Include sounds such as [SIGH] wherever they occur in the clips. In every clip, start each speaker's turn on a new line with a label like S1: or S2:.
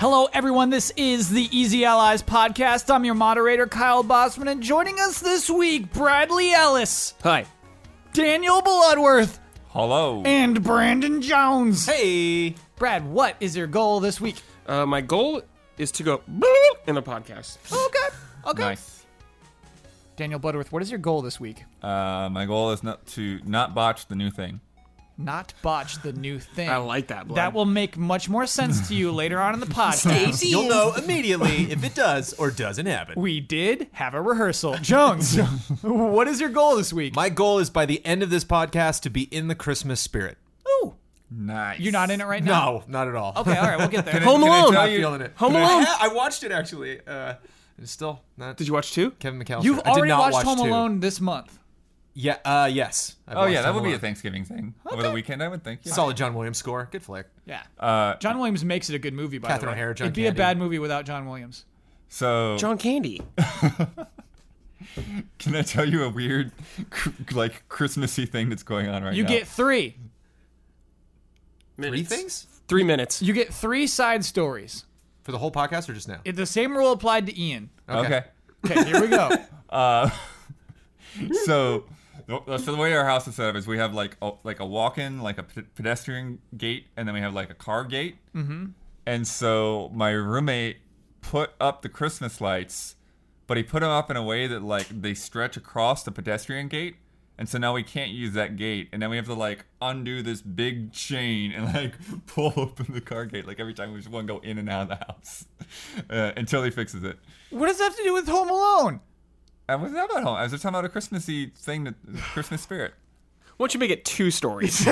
S1: Hello, everyone. This is the Easy Allies podcast. I'm your moderator, Kyle Bossman, and joining us this week, Bradley Ellis,
S2: Hi.
S1: Daniel Bloodworth,
S3: Hello.
S1: and Brandon Jones.
S2: Hey.
S1: Brad, what is your goal this week?
S2: Uh, my goal is to go [LAUGHS] in a podcast.
S1: Okay. Okay.
S3: Nice.
S1: Oh, Daniel Bloodworth, what is your goal this week?
S3: Uh, my goal is not to not botch the new thing.
S1: Not botch the new thing.
S2: I like that. Blood.
S1: that will make much more sense to you later on in the podcast.
S4: You'll know immediately if it does or doesn't happen.
S1: we did have a rehearsal. Jones, what is your goal this week?
S4: My goal is by the end of this podcast to be in the Christmas spirit.
S1: Ooh,
S3: Nice.
S1: you're not in it right now.
S4: No, not at all.
S1: Okay,
S4: [LAUGHS]
S1: all right, we'll get there.
S2: Home
S4: Can I
S2: Alone.
S4: tell
S2: Not
S4: you-
S2: feeling it.
S4: Can
S2: Home
S4: I-
S2: Alone.
S4: Yeah, I watched it actually. Uh, it's still not.
S2: Did you watch two?
S4: Kevin McAllister.
S1: You've
S4: I did
S1: already
S4: not
S1: watched
S4: watch
S1: Home
S4: two.
S1: Alone this month.
S4: Yeah. Uh, yes. I've
S3: Oh yeah,
S4: watched
S3: that
S4: Home
S3: would be a
S4: Alone.
S3: Thanksgiving thing over the weekend. I would think. Yeah.
S4: Solid John Williams score. Good flick.
S1: Yeah.
S3: Uh,
S1: John Williams makes it a good movie, by
S4: Catherine
S1: the way.
S4: O'Hara, John
S1: It'd be a
S4: Candy.
S1: bad movie without John Williams.
S3: so
S2: John Candy.
S3: can I tell you a weird, cr- like Christmassy thing that's going on right
S1: You
S3: now?
S1: get three.
S4: Three things
S2: Three minutes.
S1: You get three side stories.
S4: for the whole podcast or just now?
S1: It- The same rule applied to Ian.
S3: okay.
S1: Okay, here we [LAUGHS] go.
S3: so so the way our house is set up is we have like a, like a walk-in like a p- pedestrian gate and then we have like a car gate mm-hmm. and so my roommate put up the christmas lights but he put them up in a way that like they stretch across the pedestrian gate and so now we can't use that gate and then we have to like undo this big chain and like [LAUGHS] pull open the car gate like every time we just want to go in and out of the house [LAUGHS] uh, until he fixes it
S1: what does that have to do with Home Alone?
S3: I was not about home. I was just talking about a Christmassy thing, that Christmas spirit.
S2: Why don't you make it two stories?
S4: [LAUGHS]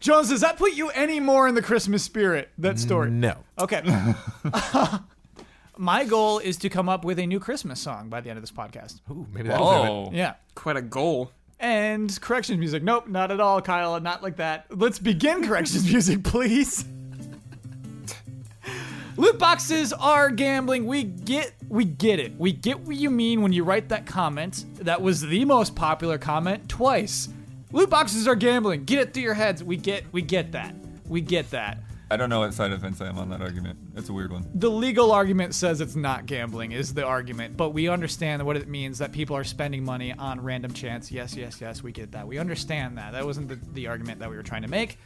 S1: Jones, does that put you any more in the Christmas spirit? That story.
S4: No. [LAUGHS]
S1: Okay. [LAUGHS] My goal is to come up with a new Christmas song by the end of this podcast.
S4: Ooh, maybe that'll do it.
S3: Oh,
S1: Yeah.
S2: Quite a goal.
S1: And corrections music. Nope, not at all, Kyle. Not like that. Let's begin [LAUGHS] corrections music, please. [LAUGHS] Loot boxes are gambling. We get we get it. We get what you mean when you write that comment. That was the most popular comment twice. Loot boxes are gambling. Get it through your heads. We get we get that. We get that.
S3: I don't know what side of the fence I am on that argument. It's a weird one.
S1: The legal argument says it's not gambling is the argument, but we understand what it means that people are spending money on random chance. Yes, yes, yes, we get that. We understand that. That wasn't the, the argument that we were trying to make.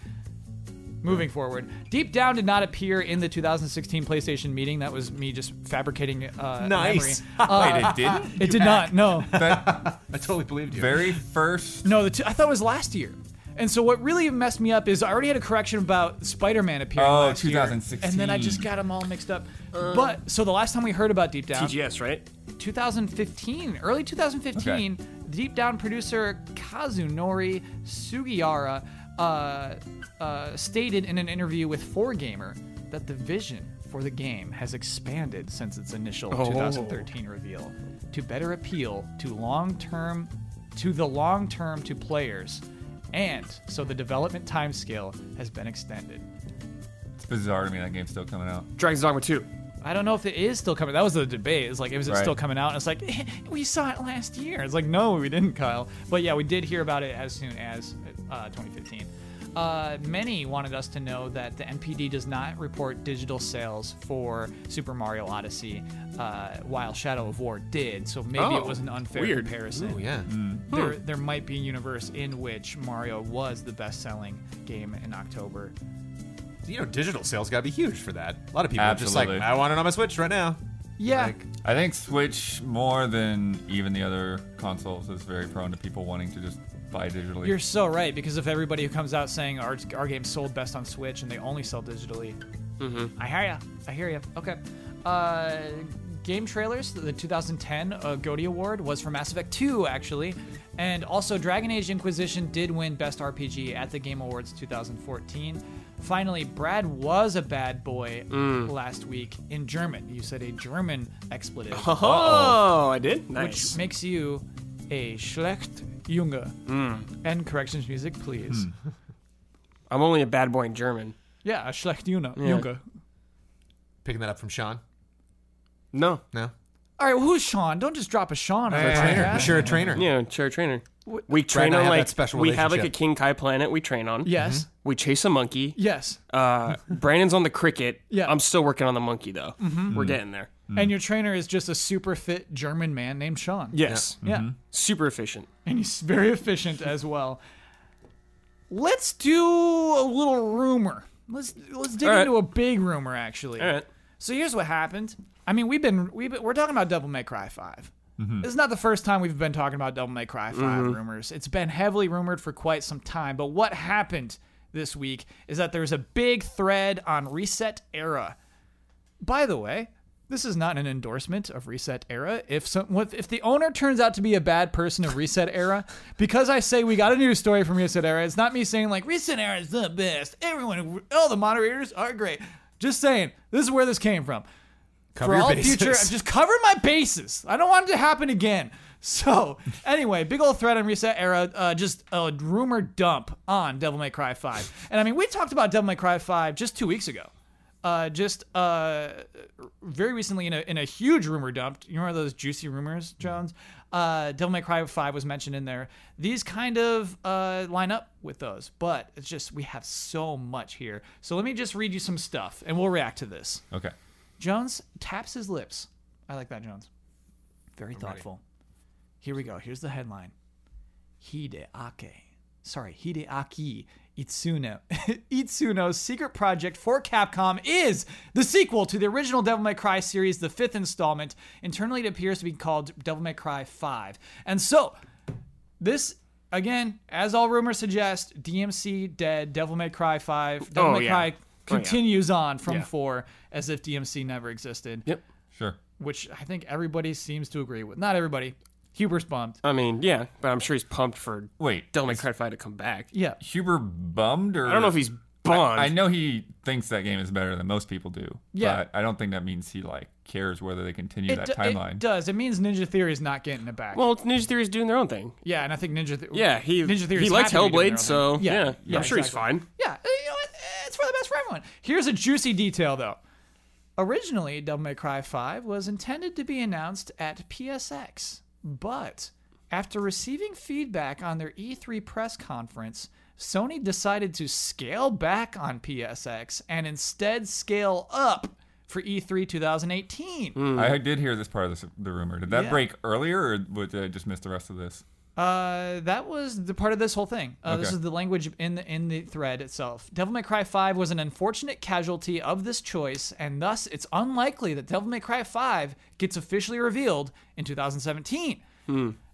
S1: Moving forward, Deep Down did not appear in the 2016 PlayStation meeting. That was me just fabricating uh, a
S4: Nice.
S1: memory. Uh,
S3: Wait,
S1: [LAUGHS]
S3: it didn't.
S1: It did not. No.
S4: I totally believed you.
S3: Very first.
S1: No, the two, I thought it was last year. And so what really messed me up is I already had a correction about Spider-Man appearing
S3: Oh,
S1: last year,
S3: 2016.
S1: and then I just got them all mixed up. but so the last time we heard about Deep Down,
S2: TGS, right?
S1: 2015, early 2015, Deep Down producer Kazunori Sugiyara uh, uh, stated in an interview with 4Gamer that the vision for the game has expanded since its initial 2013 reveal to better appeal to long-term to the long term to players and so the development timescale has been extended.
S3: It's bizarre to me that game's still coming out.
S2: Dragon's Dogma 2.
S1: I don't know if it is still coming. That was the debate. It's like, is it
S3: Right.
S1: still coming out? And it's like, [LAUGHS] we saw it last year. It's like, no, we didn't, Kyle. But yeah, we did hear about it as soon as uh, 2015. Uh, many wanted us to know that the NPD does not report digital sales for Super Mario Odyssey, uh, while Shadow of War did. So maybe it
S2: Oh,
S1: was an unfair
S2: weird.
S1: comparison
S4: Ooh, yeah.
S1: there, there might be a universe in which Mario was the best-selling game in October.
S4: You know, digital sales got to be huge for that. A lot of people are
S3: Absolutely.
S4: just like, I want it on my Switch right now.
S1: Yeah,
S4: Like,
S3: I think Switch more than even the other consoles is very prone to people wanting to just buy digitally.
S1: you're so right because if everybody who comes out saying our, our game sold best on Switch and they only sell digitally, I hear ya. I hear ya. Okay. Uh, game trailers. The 2010 uh, GOTY Award was for Mass Effect 2, actually, and also Dragon Age Inquisition did win Best RPG at the Game Awards 2014. Finally, Brad was a bad boy last week in German. You said a German expletive,
S2: Oh, I did?
S1: which
S2: Nice.
S1: makes you a schlecht Junge.
S2: Mm.
S1: And corrections music, please.
S2: I'm only a bad boy in German.
S1: Yeah, a schlecht Junge. Junge.
S4: picking that up from Sean.
S2: No.
S4: No.
S1: All right, well, who's Sean? Don't just drop a Sean. on
S4: We're a
S1: the
S4: trainer.
S1: podcast.
S4: We share a trainer.
S2: Yeah, chair trainer. We train
S4: and I
S2: on
S4: have that
S2: like
S4: special
S2: we have like a
S4: relationship.
S2: King Kai planet. We train on.
S1: Yes.
S2: We chase a monkey.
S1: Yes.
S2: [LAUGHS] Uh, Brandon's on the cricket.
S1: Yeah.
S2: I'm still working on the monkey though. We're getting there.
S1: And your trainer is just a super fit German man named Sean.
S2: Yes.
S1: Yeah.
S2: Super efficient.
S1: And he's very efficient as well. Let's do a little rumor. Let's let's dig
S2: All right.
S1: into a big rumor actually.
S2: All right.
S1: So here's what happened. I mean, we've been we have we're talking about Devil May Cry 5 This is not the first time we've been talking about Devil May Cry 5 rumors. It's been heavily rumored for quite some time. But what happened this week is that there's a big thread on Reset Era. By the way, this is not an endorsement of Reset Era. If some, if- if the owner turns out to be a bad person of Reset Era, [LAUGHS] because I say we got a news story from Reset Era, it's not me saying like Reset Era is the best. Everyone, all the moderators are great. Just saying, this is where this came from.
S4: Cover
S1: For
S4: your
S1: all
S4: bases.
S1: future, just cover my bases. I don't want it to happen again. So [LAUGHS] anyway, big old thread on Reset Era, uh, just a rumor dump on Devil May Cry 5. And I mean, we talked about Devil May Cry 5 just two weeks ago. Uh, just uh, very recently in a, in a huge rumor dump. You remember those juicy rumors, Jones? Uh, Devil May Cry 5 was mentioned in there. These kind of uh, line up with those, but it's just we have so much here. So let me just read you some stuff and we'll react to this.
S3: Okay.
S1: Jones taps his lips. I like that, Jones. Very thoughtful. Here we go. Here's the headline Hideaki. Sorry, Hideaki Itsuno. [LAUGHS] Itsuno's secret project for Capcom is the sequel to the original Devil May Cry series, the fifth installment. Internally, it appears to be called Devil May Cry 5. And so, this. Again, as all rumors suggest, DMC dead, Devil May Cry 5, Devil
S2: Oh,
S1: May
S2: yeah.
S1: Cry
S2: Oh, yeah.
S1: continues on from
S2: Yeah.
S1: 4 as if DMC never existed
S2: Yep.
S3: Sure.
S1: which I think everybody seems to agree with. Not everybody. Huber's bummed.
S2: I mean, yeah, but I'm sure he's pumped for
S3: Wait.
S2: Del May Cry Five to come back.
S1: Yeah.
S3: Huber bummed or
S2: I don't know if he's bummed.
S3: I know he thinks that game is better than most people do.
S1: Yeah.
S3: But I don't think that means he like cares whether they continue
S1: It,
S3: that
S1: do- it
S3: timeline.
S1: does. It means Ninja Theory is not getting it back.
S2: Well, it's Ninja Theory's doing their own thing.
S1: yeah, and I think Ninja Theory.
S2: Yeah, he
S1: Ninja Theory
S2: he
S1: is
S2: likes
S1: happy to be doing their own
S2: Hellblade, so
S1: thing.
S2: yeah,
S1: yeah,
S2: I'm sure he's
S1: exactly.
S2: fine.
S1: Yeah, uh, you know what? It's for the best for everyone. Here's a juicy detail, though. Originally, Devil May Cry 5 was intended to be announced at PSX, but after receiving feedback on their E3 press conference, Sony decided to scale back on PSX and instead scale up for E E3 2018.
S2: Mm.
S3: I did hear this part of the, the rumor. Did that
S1: Yeah.
S3: break earlier, or did I just miss the rest of this?
S1: Uh, that was the part of this whole thing. Uh, This
S3: Okay.
S1: is the language in the in the thread itself. Devil May Cry 5 was an unfortunate casualty of this choice, and thus it's unlikely that Devil May Cry 5 gets officially revealed in 2017.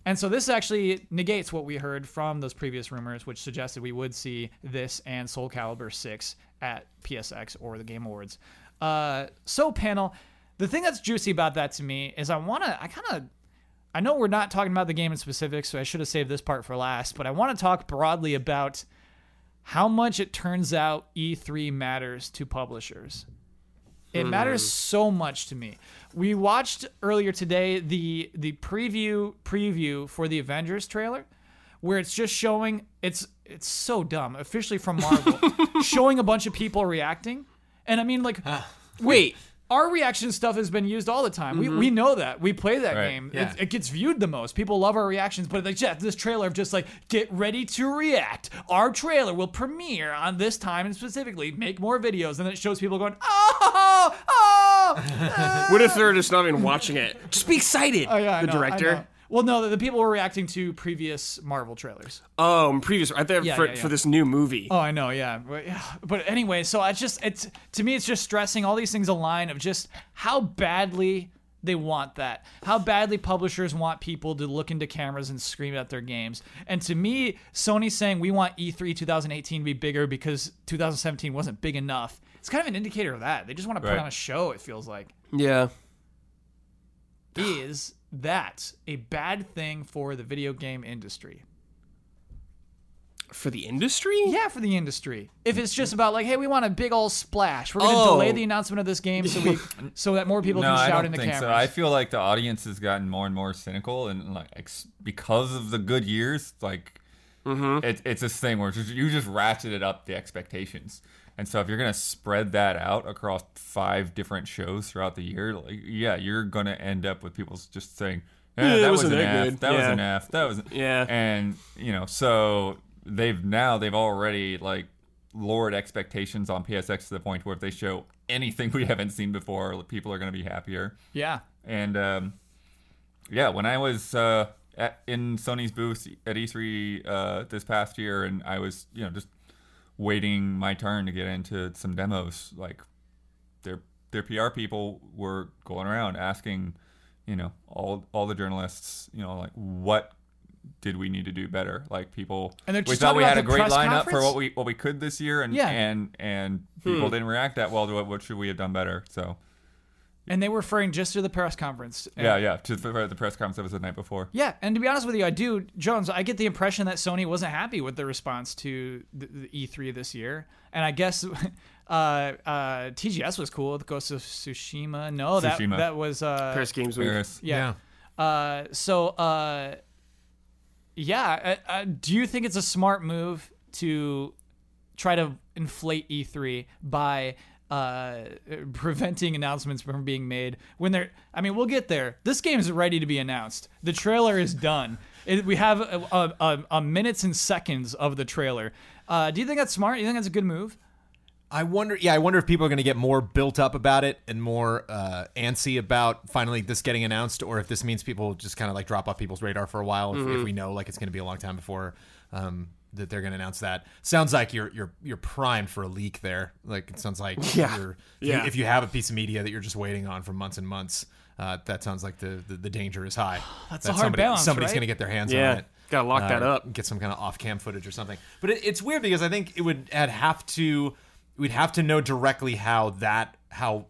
S1: And so this actually negates what we heard from those previous rumors, which suggested we would see this and Soul Calibur 6 at PSX or the Game Awards. Uh, so panel, the thing that's juicy about that to me is I wanna, I kind of I know we're not talking about the game in specific, so I should have saved this part for last, but I want to talk broadly about how much it turns out E3 matters to publishers. It matters so much to me. We watched earlier today the the preview preview for the Avengers trailer where it's just showing it's it's so dumb, officially from Marvel, showing a bunch of people reacting. And I mean like
S2: Wait,
S1: our reaction stuff has been used all the time. We, we know that. We play that
S3: Right.
S1: game.
S4: Yeah.
S1: It, it gets viewed the most. People love our reactions, but like, yeah, this trailer of just like, get ready to react. Our trailer will premiere on this time and specifically make more videos. And then it shows people going, oh,
S2: [LAUGHS]
S1: oh, uh."
S2: what if they're just
S1: [LAUGHS]
S2: not even watching it? Just be excited.
S1: Oh, yeah, I
S2: the
S1: know, I know.
S2: director.
S1: Well, no, the, the people were reacting to previous Marvel trailers.
S2: Um, previous. I think
S1: Yeah,
S2: for,
S1: yeah, yeah.
S2: for this new movie.
S1: Oh, I know, yeah. But, yeah. but anyway, so it's just it's to me, it's just stressing all these things align of just how badly they want that, how badly publishers want people to look into cameras and scream at their games. And to me, Sony saying we want E E3 2018 to be bigger because 2017 wasn't big enough. It's kind of an indicator of that. They just want to put
S3: Right.
S1: on a show. It feels like
S2: Yeah.
S1: is that a bad thing for the video game industry?
S2: For the industry.
S1: Yeah, for the industry. If it's just about like, hey, we want a big old splash. We're gonna
S2: Oh.
S1: delay the announcement of this game so
S3: [LAUGHS]
S1: we so that more people
S3: No,
S1: can
S3: I
S1: shout
S3: don't
S1: into
S3: think
S1: cameras.
S3: so. I feel like the audience has gotten more and more cynical, and like ex- because of the good
S2: Mm-hmm.
S3: years, like it, it's this thing where it's just- you just ratcheted up the expectations, And so if you're gonna spread that out across five different shows throughout the year, like yeah, you're gonna end up with people just saying, eh,
S2: Yeah, it
S3: that was
S2: wasn't
S3: an
S2: that
S3: F,
S2: good."
S3: that was
S2: Yeah.
S3: an F, that was an
S2: Yeah.
S3: And you know, so they've now they've already like lowered expectations on PSX to the point where if they show anything [LAUGHS] we haven't seen before, people are gonna be happier.
S1: Yeah.
S3: And um, yeah, when I was uh, at, in Sony's booth at E3 uh, this past year, and I was you know just waiting my turn to get into some demos, like their their PR people were going around asking, you know, all all the journalists, you know, like what did we need to do better? Like people,
S1: And they're
S3: we
S1: just
S3: thought
S1: talking
S3: we
S1: about
S3: had a
S1: the
S3: great
S1: press
S3: lineup for
S1: conference?
S3: what we what we could this year, and
S1: Yeah.
S3: and and people didn't react that well to it. What should we have done better? So.
S1: And they were referring just to the press conference.
S3: Yeah, yeah. To the the press conference that was the night before.
S1: Yeah, and to be honest with you, I do, Jones. I get the impression that Sony wasn't happy with the response to the, the E3 this year, and I guess [LAUGHS] uh, uh, TGS was cool with Ghost of Tsushima. No, that
S3: Tsushima.
S1: that was uh,
S2: Paris Games Week. [LAUGHS]
S3: Paris.
S1: yeah. Uh, so uh, yeah, uh, uh, do you think it's a smart move to try to inflate E3 by uh, [LAUGHS] preventing announcements from being made when they're. I mean, we'll get there. This game is ready to be announced. The trailer is done. It, we have a, a, a, a minutes and seconds of the trailer. Uh, do you think that's smart? You think that's a good move?
S5: I wonder. Yeah, I wonder if people are going to get more built up about it and more uh, antsy about finally this getting announced, or if this means people just kind of like drop off people's radar for a while. If, if we know like it's going to be a long time before um, that they're going to announce that, sounds like you're you're you're primed for a leak there. Like it sounds like
S2: Yeah.
S5: you're,
S2: Yeah.
S5: You, if you have a piece of media that you're just waiting on for months and months, uh, that sounds like the the, the danger is high. That's
S1: a hard
S5: somebody,
S1: balance,
S5: Somebody's
S1: right?
S5: going to get their hands
S2: Yeah.
S5: on it. Uh,
S2: Gotta lock that up.
S5: Get some kind of off cam footage or something. But it, it's weird because I think it would I'd have to we'd have to know directly how that how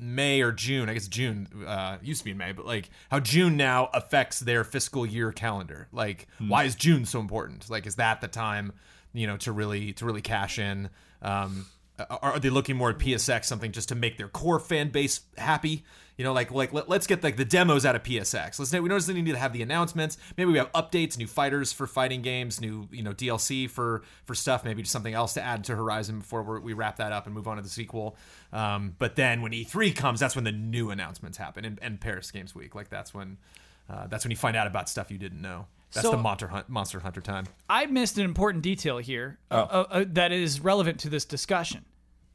S5: May or June, I guess June uh, used to be in May, but like how June now affects their fiscal year calendar. Like,
S2: Hmm.
S5: why is June so important? Like, is that the time you know to really to really cash in? Um, are, are they looking more at PSX something just to make their core fan base happy? You know, like like let, let's get like the demos out of PSX. Let's we don't just need to have the announcements. Maybe we have updates, new fighters for fighting games, new you know DLC for for stuff. Maybe just something else to add to Horizon before we're, we wrap that up and move on to the sequel. Um, but then when E3 comes, that's when the new announcements happen and, and Paris Games Week. Like that's when uh, that's when you find out about stuff you didn't know. That's
S1: So-
S5: the monster hunt, monster hunter time.
S1: I missed an important detail here uh, uh, uh, that is relevant to this discussion.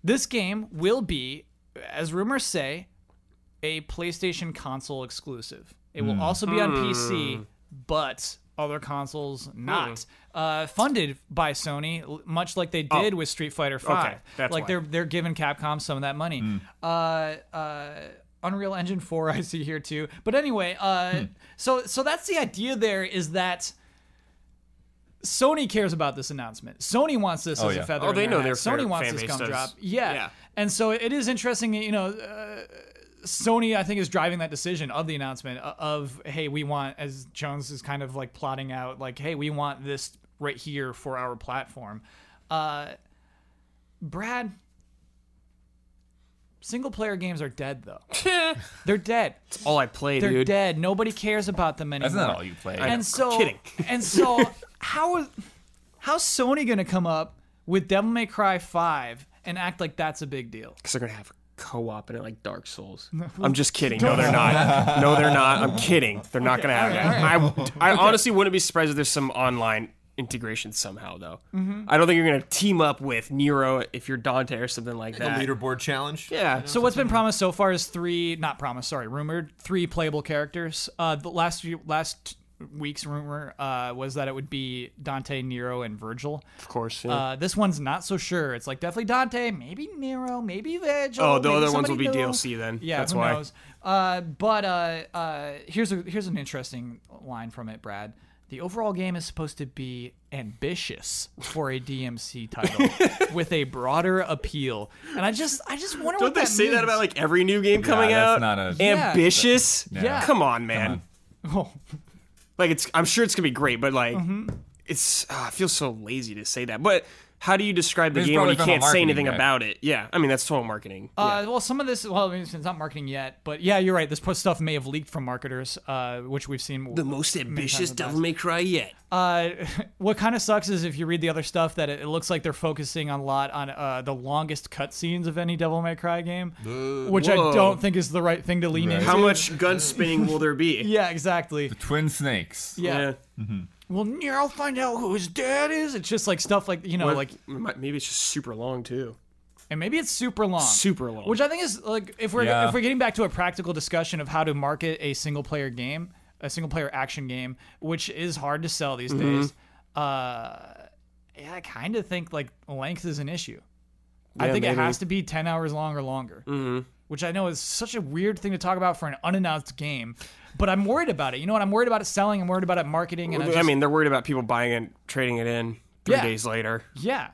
S1: This game will be, as rumors say, a PlayStation console exclusive. It will also be on
S2: Hmm.
S1: PC, but other consoles not. Uh, funded by Sony, l- much like they did with Street Fighter V.
S2: Oh. that's
S1: like
S2: why.
S1: they're they're giving Capcom some of that money. Uh, uh, Unreal Engine 4 [LAUGHS] I see here too. But anyway, uh,
S3: Hmm.
S1: so so that's the idea there is that Sony cares about this announcement. Sony wants this
S3: Oh,
S1: as
S3: yeah.
S1: a feather.
S2: Oh,
S1: in
S2: they
S1: their
S2: know
S1: hat.
S2: their
S1: Sony
S2: fan-
S1: wants
S2: fan
S1: this
S2: base
S1: gum
S2: does.
S1: drop. Yeah.
S2: Yeah.
S1: and so it is interesting. that, You know, uh, Sony I think is driving that decision of the announcement o- of hey, we want as Jones is kind of like plotting out like hey, we want this right here for our platform. Uh, Brad, single player games are dead though. They're dead.
S2: All I play,
S1: They're
S2: dude.
S1: dead. Nobody cares about them anymore
S3: That's not all you play.
S1: and so
S3: [LAUGHS]
S2: Kidding.
S1: and so how is how's Sony gonna come up with Devil May Cry five and act like that's a big deal?
S2: Because they're gonna have co-op in it, like
S1: [LAUGHS]
S2: Dark Souls. I'm just kidding. No, they're not. No, they're not. I'm kidding. They're not gonna have that. I, I honestly wouldn't be surprised if there's some online integration somehow, though.
S1: Mm-hmm.
S2: I don't think you're gonna team up with Nero if you're Dante or something like
S5: The
S2: that.
S5: leaderboard challenge.
S2: Yeah.
S1: So what's been promised so far is three, not promised, sorry, rumored three playable characters. Uh, the last few, last week's rumor uh, was that it would be Dante, Nero, and Virgil.
S2: of course. yeah.
S1: Uh, this one's not so sure. It's like definitely Dante, maybe Nero, maybe Vigil.
S2: oh, the
S1: maybe
S2: other ones will
S1: somebody
S2: be
S1: new.
S2: DLC then.
S1: Yeah,
S2: That's
S1: who
S2: why.
S1: knows? Uh, but uh, uh, here's a here's an interesting line from it, Brad. The overall game is supposed to be ambitious for a DMC
S2: [LAUGHS]
S1: title with a broader appeal, and I just I just wonder
S2: Don't
S1: what
S2: they
S1: that
S2: say
S1: means.
S2: that about like every new game coming out?
S3: that's not a-
S1: Yeah.
S2: Ambitious.
S1: Yeah.
S2: Come on, man.
S1: Oh,
S2: Like it's. I'm sure it's gonna be great, but like, it's. ah, I feel so lazy to say that, but. How do you describe the
S3: It's
S2: game when
S3: probably
S2: you
S3: from a
S2: can't say
S3: marketing
S2: anything
S3: guy.
S2: about it? Yeah, I mean that's total marketing.
S1: uh, well, some of this well, I mean, it's not marketing yet, but yeah, you're right. This stuff may have leaked from marketers, uh, which we've seen.
S2: the most ambitious
S1: in the
S2: Devil May Cry yet.
S1: Uh, [LAUGHS] what kind of sucks is if you read the other stuff that it, it looks like they're focusing a lot on uh, the longest cutscenes of any Devil May Cry game, which I
S2: Whoa.
S1: don't think is the right thing to lean into.
S2: How much gun spinning will there be?
S1: [LAUGHS] Yeah, exactly.
S3: Twin snakes.
S1: Yeah. Well, near I'll find out who his dad is. It's just like stuff like you know,
S2: But
S1: like
S2: mi- maybe it's just super long too.
S1: and maybe it's super long.
S2: Super long.
S1: Which I think is like if we're
S3: Yeah.
S1: if we're getting back to a practical discussion of how to market a single player game, a single player action game, which is hard to sell these
S2: Mm-hmm.
S1: days. Uh, yeah, I kind of think like length is an issue. I
S2: Yeah,
S1: think it
S2: maybe. Mm-hmm.
S1: has to be ten hours long or longer. Which I know is such a weird thing to talk about for an unannounced game, but I'm worried about it. You know what? I'm worried about it selling. I'm worried about it marketing. And
S2: I,
S1: I, just-
S2: mean, they're worried about people buying it, trading it in three
S1: Yeah.
S2: days later.
S1: yeah.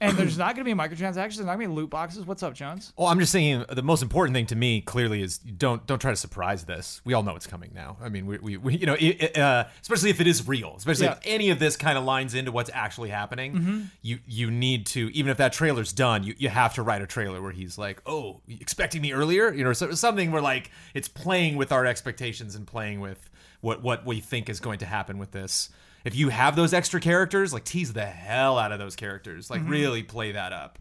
S1: And there's not going to be microtransactions. There's not going to be loot boxes. What's up, Jones?
S5: Well, I'm just saying the most important thing to me clearly is don't don't try to surprise this. We all know it's coming now. I mean, we, we, we you know, it, it, uh, especially if it is real, especially if any of this kind of lines into what's actually happening. You you need to even if that trailer's done, you, you have to write a trailer where he's like, "Oh, you expecting me earlier," you know, so, something where like it's playing with our expectations and playing with what what we think is going to happen with this. If you have those extra characters, like tease the hell out of those characters, like really play that up.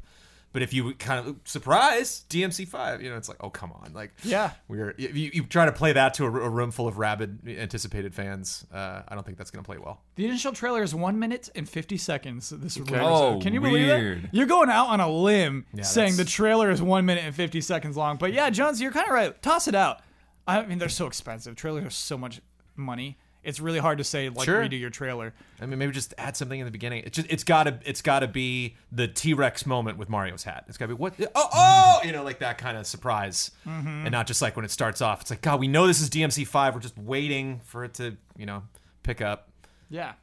S5: But if you kind of surprise DMC five, you know, it's like, oh come on, like
S1: Yeah.
S5: we're if you, you try to play that to a, r- a room full of rabid anticipated fans. Uh, I don't think that's gonna play well.
S1: The initial trailer is one minute and fifty seconds. This okay.
S3: Oh,
S1: Can you believe
S3: weird.
S1: it? You're going out on a limb saying the
S5: that's-
S1: trailer is one minute and fifty seconds long. But yeah, Jones, you're kind of right. Toss it out. I mean, they're so expensive. Trailers are so much money. It's really hard to say like
S5: Sure.
S1: redo your trailer.
S5: I mean, maybe just add something in the beginning. It's just it's gotta it's gotta be the T Rex moment with Mario's hat. It's gotta be what oh oh you know like that kind of surprise, and not just like when it starts off. It's like God, we know this is DMC five. We're just waiting for it to you know pick up.
S1: Yeah.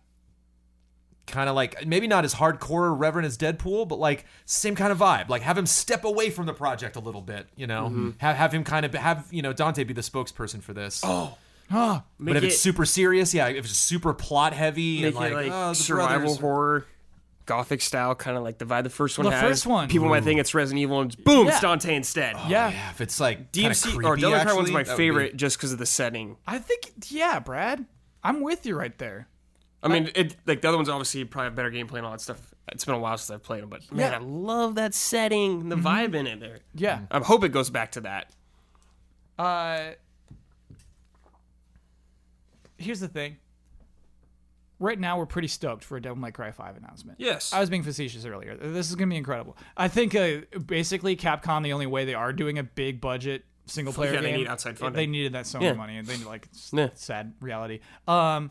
S5: kind of like maybe not as hardcore or reverent as Deadpool, but like same kind of vibe. Like have him step away from the project a little bit, you know.
S2: Mm-hmm.
S5: Have have him kind of have you know Dante be the spokesperson for this. Oh, but if
S2: Make
S5: it's
S2: it-
S5: super serious, yeah, if it's super plot heavy
S2: make
S5: and like,
S2: it like
S5: oh, the
S2: survival
S5: brothers-
S2: horror, gothic style, kind of like the vibe the first one
S1: The
S2: has.
S1: first one.
S2: People might think it's Resident Evil, and boom,
S1: Yeah.
S2: it's Dante instead.
S1: yeah.
S5: Oh, Yeah, if it's like kinda
S2: DMC
S5: creepy,
S2: or Devil May Cry one's
S5: actually,
S2: my
S5: that would be-
S2: favorite just because of the setting.
S1: I think yeah, Brad. I'm with you right there.
S2: I mean, it like the other one's obviously probably have better gameplay and all that stuff. It's been a while since I've played them, but man,
S1: Yeah.
S2: I love that setting, and the vibe in it. There,
S1: Yeah.
S2: I hope it goes back to that.
S1: Uh, here's the thing. Right now, we're pretty stoked for a Devil May Cry 5 announcement.
S2: Yes.
S1: I was being facetious earlier. This is going to be incredible. I think uh, basically Capcom, the only way they are doing a big budget single player
S2: Yeah,
S1: game.
S2: they need outside funding.
S1: They needed that Sony
S2: Yeah.
S1: money, and they like it's
S2: Yeah.
S1: sad reality. Um,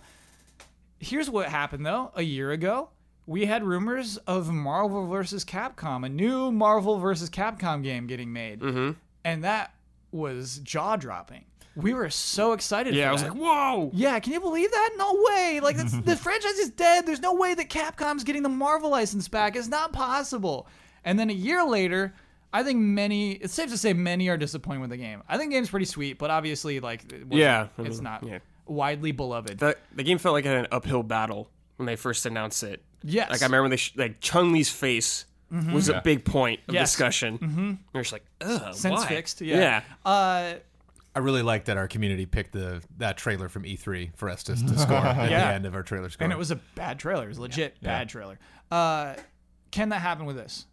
S1: here's what happened though. A year ago, we had rumors of Marvel vs. Capcom, a new Marvel vs. Capcom game getting made,
S2: Mm-hmm.
S1: and that was jaw dropping. We were so excited.
S2: Yeah,
S1: for
S2: I was
S1: that.
S2: like, whoa.
S1: Yeah, can you believe that? No way! Like that's,
S2: [LAUGHS]
S1: the franchise is dead. There's no way that Capcom's getting the Marvel license back. It's not possible. And then a year later, I think many. It's safe to say many are disappointed with the game. I think the game's pretty sweet, but obviously, like, it wasn't-
S2: Yeah, I
S1: it's
S2: mean,
S1: not
S2: yeah.
S1: widely beloved.
S2: The the game felt like an uphill battle when they first announced it.
S1: Yes.
S2: Like I remember, they sh- like Chung Li's face was a big point of
S1: Yes.
S2: discussion. Mm-hmm. They're just like, ugh,
S1: Since
S2: why?
S1: fixed, yeah. Uh,
S5: I really like that our community picked the that trailer from E3 for us to, to score at
S1: Yeah.
S5: the end of our trailer score.
S1: and it was a bad trailer. It was a legit bad trailer. Uh, can that happen with this?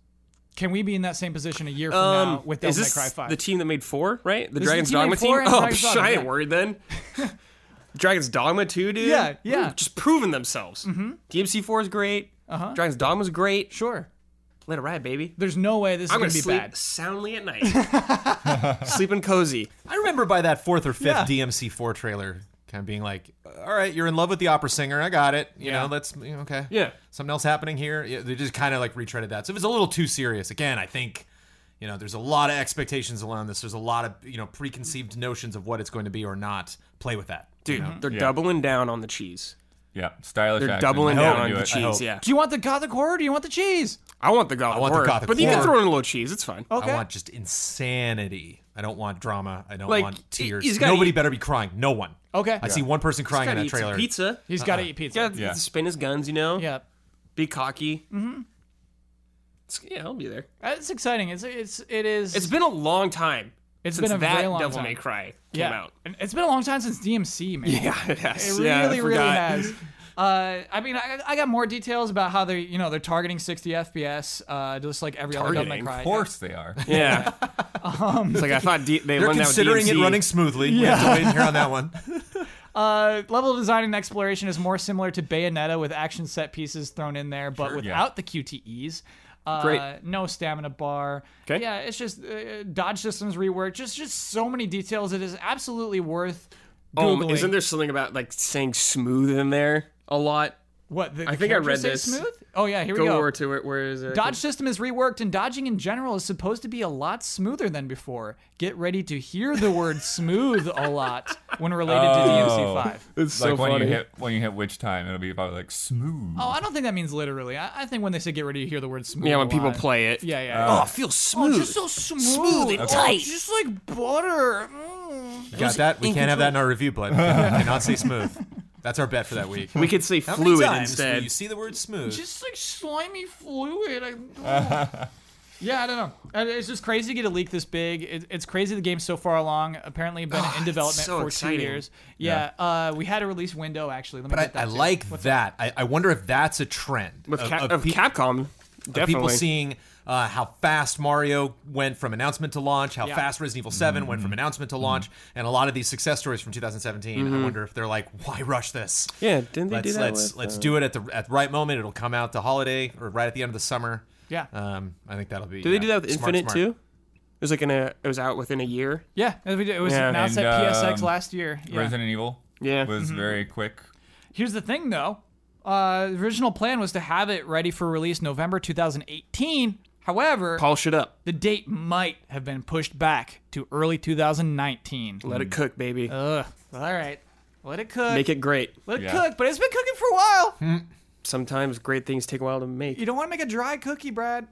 S1: Can we be in that same position a year from now with
S2: Um,
S1: Devil
S2: is
S1: May
S2: this
S1: Cry Five?
S2: the team that made four, right?
S1: is the
S2: The Dragon's
S1: team that
S2: Dogma
S1: made four
S2: team.
S1: and
S2: Oh,
S1: Dragon's
S2: psh,
S1: Dogma,
S2: I
S1: yeah.
S2: ain't
S1: [LAUGHS]
S2: worried then. Dragon's Dogma too, dude.
S1: Yeah, yeah. Mm-hmm.
S2: Just proving themselves. DMC four is great. Uh-huh. Dragon's Dogma's great.
S1: sure.
S2: Let it ride, baby.
S1: There's no way this is
S2: I'm
S1: gonna,
S2: gonna
S1: be
S2: sleep
S1: bad.
S2: soundly at
S1: [LAUGHS]
S2: night, sleeping cozy.
S5: I remember by that fourth or fifth
S1: Yeah.
S5: DMC4 trailer kind of being like, all right, you're in love with the opera singer. I got it. You
S1: Yeah.
S5: know, let's, you know, okay.
S2: Yeah.
S5: Something else happening here. Yeah, they just kind of like retreaded that. So if it's a little too serious, again, I think, you know, there's a lot of expectations around this. There's a lot of, you know, preconceived notions of what it's going to be or not. Play with that.
S2: Dude, they're doubling down on the cheese.
S3: Yeah, stylish.
S2: They're
S3: action.
S2: doubling
S3: I
S2: down
S3: hope
S2: on
S3: they do
S2: the
S3: it.
S2: cheese. Yeah,
S1: Do you want the gothic horror? Or do you want the cheese?
S2: I want the gothic
S5: want the
S2: horror,
S5: gothic
S2: but you can
S5: horror.
S2: throw in a little cheese. It's fine.
S1: Okay.
S5: I want just insanity. I don't want drama. I don't
S2: Like,
S5: want
S2: he-
S5: tears.
S2: he's gotta
S5: Nobody
S2: eat-
S5: better be crying. No one.
S1: Okay.
S5: I see one person crying in
S2: Gotta
S5: that
S2: eat some
S5: trailer.
S2: pizza.
S1: He's got to eat pizza.
S2: Yeah,
S1: Yeah.
S2: to spin his guns. You know. Be cocky. Mm-hmm. It's, yeah, I'll be there.
S1: It's exciting. It's it's it is.
S2: It's been a long time.
S1: It's
S2: since
S1: been a
S2: that
S1: very long
S2: Devil
S1: time.
S2: May Cry came
S1: yeah.
S2: out.
S1: And It's been a long time since DMC, man.
S2: [LAUGHS] Yeah, it has.
S1: It really, really has. Uh, I mean, I, I got more details about how they're you know they're targeting 60 FPS, uh, just like every other Devil May
S2: Targeting?
S1: Cry.
S3: Of course they are.
S2: [LAUGHS] Yeah.
S1: [LAUGHS] Um,
S2: it's like I thought D- they
S5: They're
S2: learned that with
S5: considering it
S2: DMZ.
S5: running smoothly. We have to wait and hear on that one.
S1: Uh, level design and exploration is more similar to Bayonetta with action set pieces thrown in there, but without the QTEs. Uh,
S2: Great.
S1: No stamina bar.
S2: 'Kay.
S1: Yeah, it's just uh, dodge systems reworked. Just just so many details. It is absolutely worth
S2: Oh,
S1: googling.
S2: isn't there something about like saying smooth in there a lot?
S1: what? The, the
S2: I think I
S1: characters
S2: read
S1: say
S2: this.
S1: Smooth? Oh yeah, here
S2: Go
S1: we go.
S2: over to it. Where is it?
S1: Dodge system is reworked, and dodging in general is supposed to be a lot smoother than before. Get ready to hear the word [LAUGHS] "smooth" a lot when related to DMC5.
S2: It's
S3: like
S2: so
S3: when
S2: funny.
S3: you hit when you hit which time, it'll be probably like smooth.
S1: Oh, I don't think that means literally. I, I think when they say "get ready to hear the word smooth,"
S2: yeah,
S1: a
S2: when people
S1: lot.
S2: play it.
S1: yeah, yeah.
S2: Oh, it feels smooth.
S1: Just so smooth,
S2: and
S1: Oh,
S2: tight.
S1: just like butter. Mm.
S5: Got that? We can't have that in our review,
S1: [LAUGHS]
S5: but cannot say smooth. That's our bet for that week.
S2: we could say
S5: How many
S2: fluid
S5: times will
S2: instead.
S5: You see the word smooth.
S1: Just like slimy fluid. I don't- yeah, I don't know. And It's just crazy to get a leak this big. It, it's crazy the game's so far along. Apparently, been in development
S2: so
S1: for
S2: exciting.
S1: two years. Yeah, Uh, we had a release window actually. Let me
S5: but
S1: get
S5: I,
S1: that
S5: I
S1: too.
S5: like that. I, I wonder if that's a trend
S2: With
S5: of-
S2: Cap-
S5: of
S2: of
S5: pe-
S2: Capcom,
S5: of people
S2: definitely.
S5: seeing uh, how fast Mario went from announcement to launch, how
S1: Yeah.
S5: fast Resident Evil 7 went
S1: Mm-hmm.
S5: from announcement to launch, and a lot of these success stories from 2017. I wonder if they're like, why rush this?
S2: Mm-hmm. Yeah, didn't they
S5: let's
S2: do that?
S5: let's
S2: with,
S5: let's
S2: uh,
S5: do it at the at the right moment. It'll come out the holiday or right at the end of the summer.
S1: Yeah.
S5: um, I think that'll be.
S2: Did they do that with
S5: smart,
S2: Infinite
S5: smart.
S2: too? It was like in a. It was out within a year.
S1: Yeah, as we did- it was
S2: Yeah.
S1: announced
S3: And,
S1: at PSX
S3: um,
S1: last year. Yeah.
S3: Resident Evil
S2: Yeah. Mm-hmm.
S3: was very quick.
S1: Here's the thing, though. Uh, the original plan was to have it ready for release November 2018. However,
S2: Polish it up.
S1: the date might have been pushed back to early 2019.
S2: Let
S5: Mm.
S2: it cook, baby.
S1: Ugh. All right. Let it cook.
S2: make it great.
S1: Let it
S3: Yeah.
S1: cook. But it's been cooking for a while. [LAUGHS]
S2: Sometimes great things take a while to make.
S1: You don't want to make a dry cookie, Brad.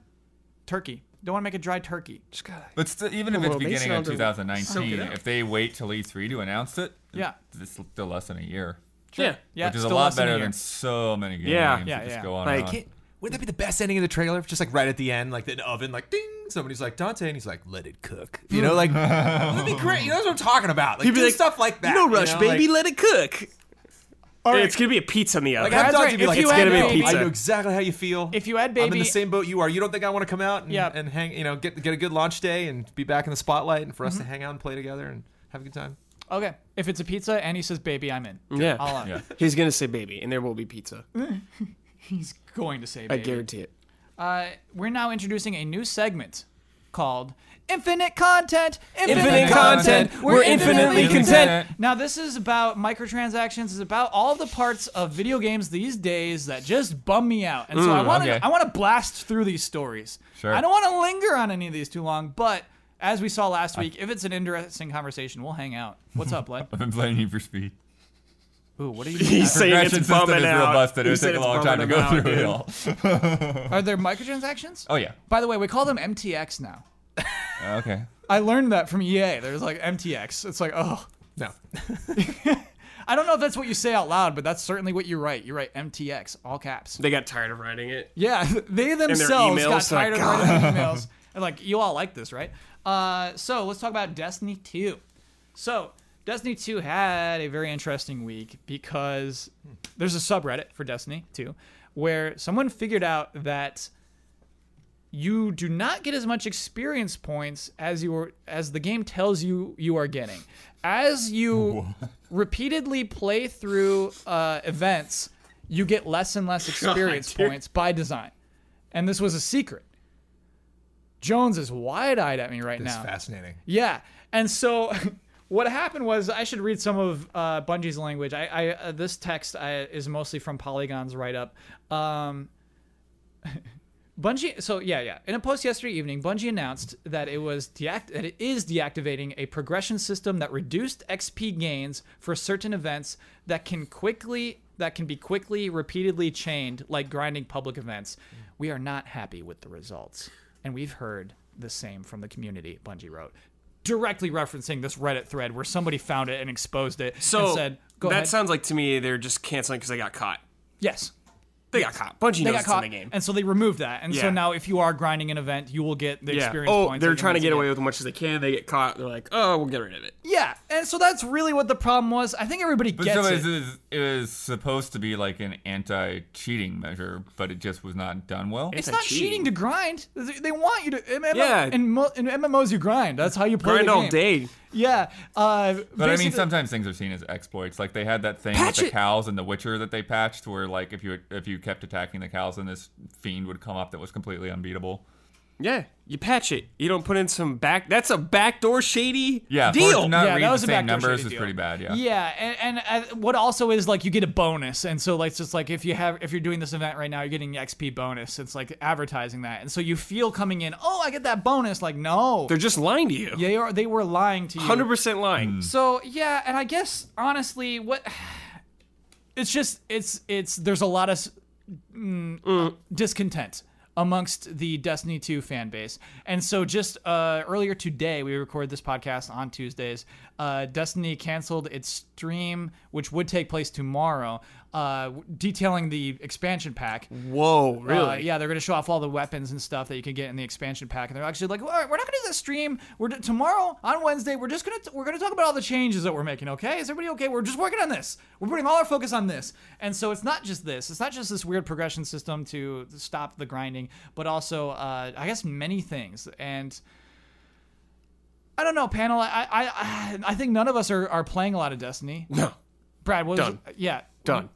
S1: Turkey. Don't want to make a dry turkey.
S2: Just gotta-
S3: But still, even if it's
S2: Well, they
S3: beginning
S2: sound
S3: of
S2: to- soak it
S3: 2019,
S2: up.
S3: if they wait till E3 to announce it,
S1: Yeah.
S3: it's still less than a year,
S2: Yeah.
S1: Yeah.
S3: which is a
S1: still
S3: lot
S1: less
S3: better
S1: a year.
S3: than so many games
S2: Yeah.
S3: that
S1: Yeah,
S3: just
S1: yeah.
S3: go on.
S2: Like,
S3: and on.
S5: Can't- Wouldn't that be the best ending of the trailer? Just like right at the end, like an oven, like ding. Somebody's like Dante, and he's like, "Let it cook." You
S2: [LAUGHS]
S5: know, like that'd be great. You know that's what I'm talking about. Like,
S2: He'd be
S5: do
S2: like,
S5: stuff like that.
S2: No
S5: you
S2: rush,
S5: know,
S2: baby.
S5: Like,
S2: let it cook.
S1: All
S2: It's gonna be a pizza in the oven.
S5: like have
S1: That's
S5: Dante
S1: right.
S5: be
S1: If
S5: like,
S1: you
S5: "It's
S1: had
S5: gonna be a
S2: baby-
S5: pizza." I know exactly how you feel.
S1: If you had
S5: I'm in
S1: baby-
S5: the same boat you are. You don't think I want to come out and,
S1: Yeah.
S5: and hang, you know, get get a good launch day and be back in the spotlight and for
S1: Mm-hmm.
S5: us to hang out and play together and have a good time.
S1: Okay. If it's a pizza and he says baby, I'm in.
S2: Yeah.
S1: All on.
S3: Yeah.
S2: He's gonna say baby, and there will be pizza.
S1: He's going to say
S2: I
S1: baby.
S2: guarantee it.
S1: uh, we're now introducing a new segment called Infinite Content.
S2: Infinite content, we're infinitely content.
S1: Now, this is about microtransactions. It's about all the parts of video games these days that just bum me out. And so
S2: Mm,
S1: I want to
S3: okay.
S1: I want to blast through these stories.
S3: Sure.
S1: I don't want to linger on any of these too long, but as we saw last week, if it's an interesting conversation, we'll hang out. What's up,
S2: [LAUGHS]
S1: Len?
S3: I've been playing Need for Speed.
S1: Ooh, what are you?
S2: He's saying
S3: Progression
S2: it's
S3: system
S2: bumming
S3: is
S2: out.
S3: robust, and it
S2: He
S3: would
S2: said
S3: take a
S2: it's
S3: long time to
S2: bumming
S3: go
S2: him out,
S3: through
S2: dude.
S3: it all.
S1: Are there microtransactions?
S3: Oh yeah.
S1: By the way, we call them MTX now.
S3: Okay.
S1: I learned that from EA. There's like MTX. It's like, oh,
S5: No, [LAUGHS]
S1: I don't know if that's what you say out loud, but that's certainly what you write. You write MTX, all caps.
S2: They got tired of writing it.
S1: Yeah, [LAUGHS] they themselves got
S2: emails,
S1: tired
S2: like,
S1: of writing emails. And like, you all like this, right? Uh, so let's talk about Destiny 2. So Destiny 2 had a very interesting week because there's a subreddit for Destiny 2 where someone figured out that you do not get as much experience points as you are, as the game tells you you are getting. As you repeatedly play through uh, events, you get less and less experience
S2: dude.
S1: points by design, and this was a secret. Jones is wide-eyed at me right
S5: it's
S1: now.
S5: fascinating.
S1: Yeah. And so [LAUGHS] what happened was I should read some of uh, Bungie's language. I, I uh, this text I, is mostly from Polygon's write up. Um, Bungie, so yeah, yeah. In a post yesterday evening, Bungie announced that it was deact- that it is deactivating a progression system that reduced XP gains for certain events that can quickly that can be quickly repeatedly chained, like grinding public events. We are not happy with the results, and we've heard the same from the community. Bungie wrote, directly referencing this Reddit thread where somebody found it and exposed it
S2: So
S1: and said, "Go
S2: that
S1: ahead."
S2: sounds like to me they're just canceling because they got caught.
S1: yes,
S2: They got caught. Bungie
S1: They
S2: knows
S1: got
S2: it's
S1: caught,
S2: in the game.
S1: and so they removed that. And so
S2: Yeah.
S1: now, if you are grinding an event, you will get the
S2: yeah.
S1: experience
S2: Oh,
S1: points.
S2: they're
S1: that you
S2: trying to
S1: need
S2: get
S1: get
S2: away with as much as they can. They get caught. They're like, oh, we'll get rid of it.
S1: Yeah, and so that's really what the problem was. I think everybody
S3: But
S1: gets
S3: so
S1: it.
S3: it is, it is supposed to be like an anti-cheating measure, but it just was not done well.
S1: It's not
S2: Anti-cheating.
S1: cheating to grind. They they want you to. MMO,
S2: Yeah.
S1: In, mo- in MMOs, you grind. That's how you play
S2: Grind
S1: the
S2: all
S1: game.
S2: day.
S1: Yeah. Uh,
S3: But I mean,
S1: basically-
S3: sometimes things are seen as exploits. Like they had that thing
S2: Patch
S3: with the
S2: it!
S3: cows and The Witcher that they patched, where like if you if you kept attacking the cows, then this fiend would come up that was completely unbeatable.
S2: Yeah, you patch it. You don't put in some back. That's a backdoor shady
S3: Yeah, for it
S2: deal.
S3: to not
S1: Yeah,
S3: read
S1: that was a
S3: the same
S1: backdoor
S3: numbers
S1: shady
S3: is
S1: deal.
S3: pretty bad. Yeah.
S1: Yeah, and, and uh, what also is like you get a bonus, and so like it's just like if you have if you're doing this event right now, you're getting XP bonus. It's like advertising that, and so you feel coming in, oh, I get that bonus. Like no,
S2: They're just lying to you.
S1: they are they were lying to you.
S2: Hundred percent lying.
S1: So yeah, and I guess honestly, what [SIGHS] it's just it's it's there's a lot of s- mm, discontent amongst the Destiny 2 fan base, and so just uh, earlier today, we record this podcast on Tuesdays. Uh, Destiny canceled its stream, which would take place tomorrow, uh, w- detailing the expansion pack.
S2: Whoa, really?
S1: Uh, yeah, they're going to show off all the weapons and stuff that you can get in the expansion pack, and they're actually like, "All right, we're not going to do this stream. We're d- tomorrow on Wednesday. We're just going to we're going to talk about all the changes that we're making. Okay, is everybody okay? We're just working on this. We're putting all our focus on this, and so it's not just this. It's not just this weird progression system to stop the grinding, but also uh, I guess many things and. I don't know, panel. I I I, I think none of us are, are playing a lot of Destiny.
S2: No,
S1: Brad, what
S2: Done.
S1: was yeah [LAUGHS]
S2: done.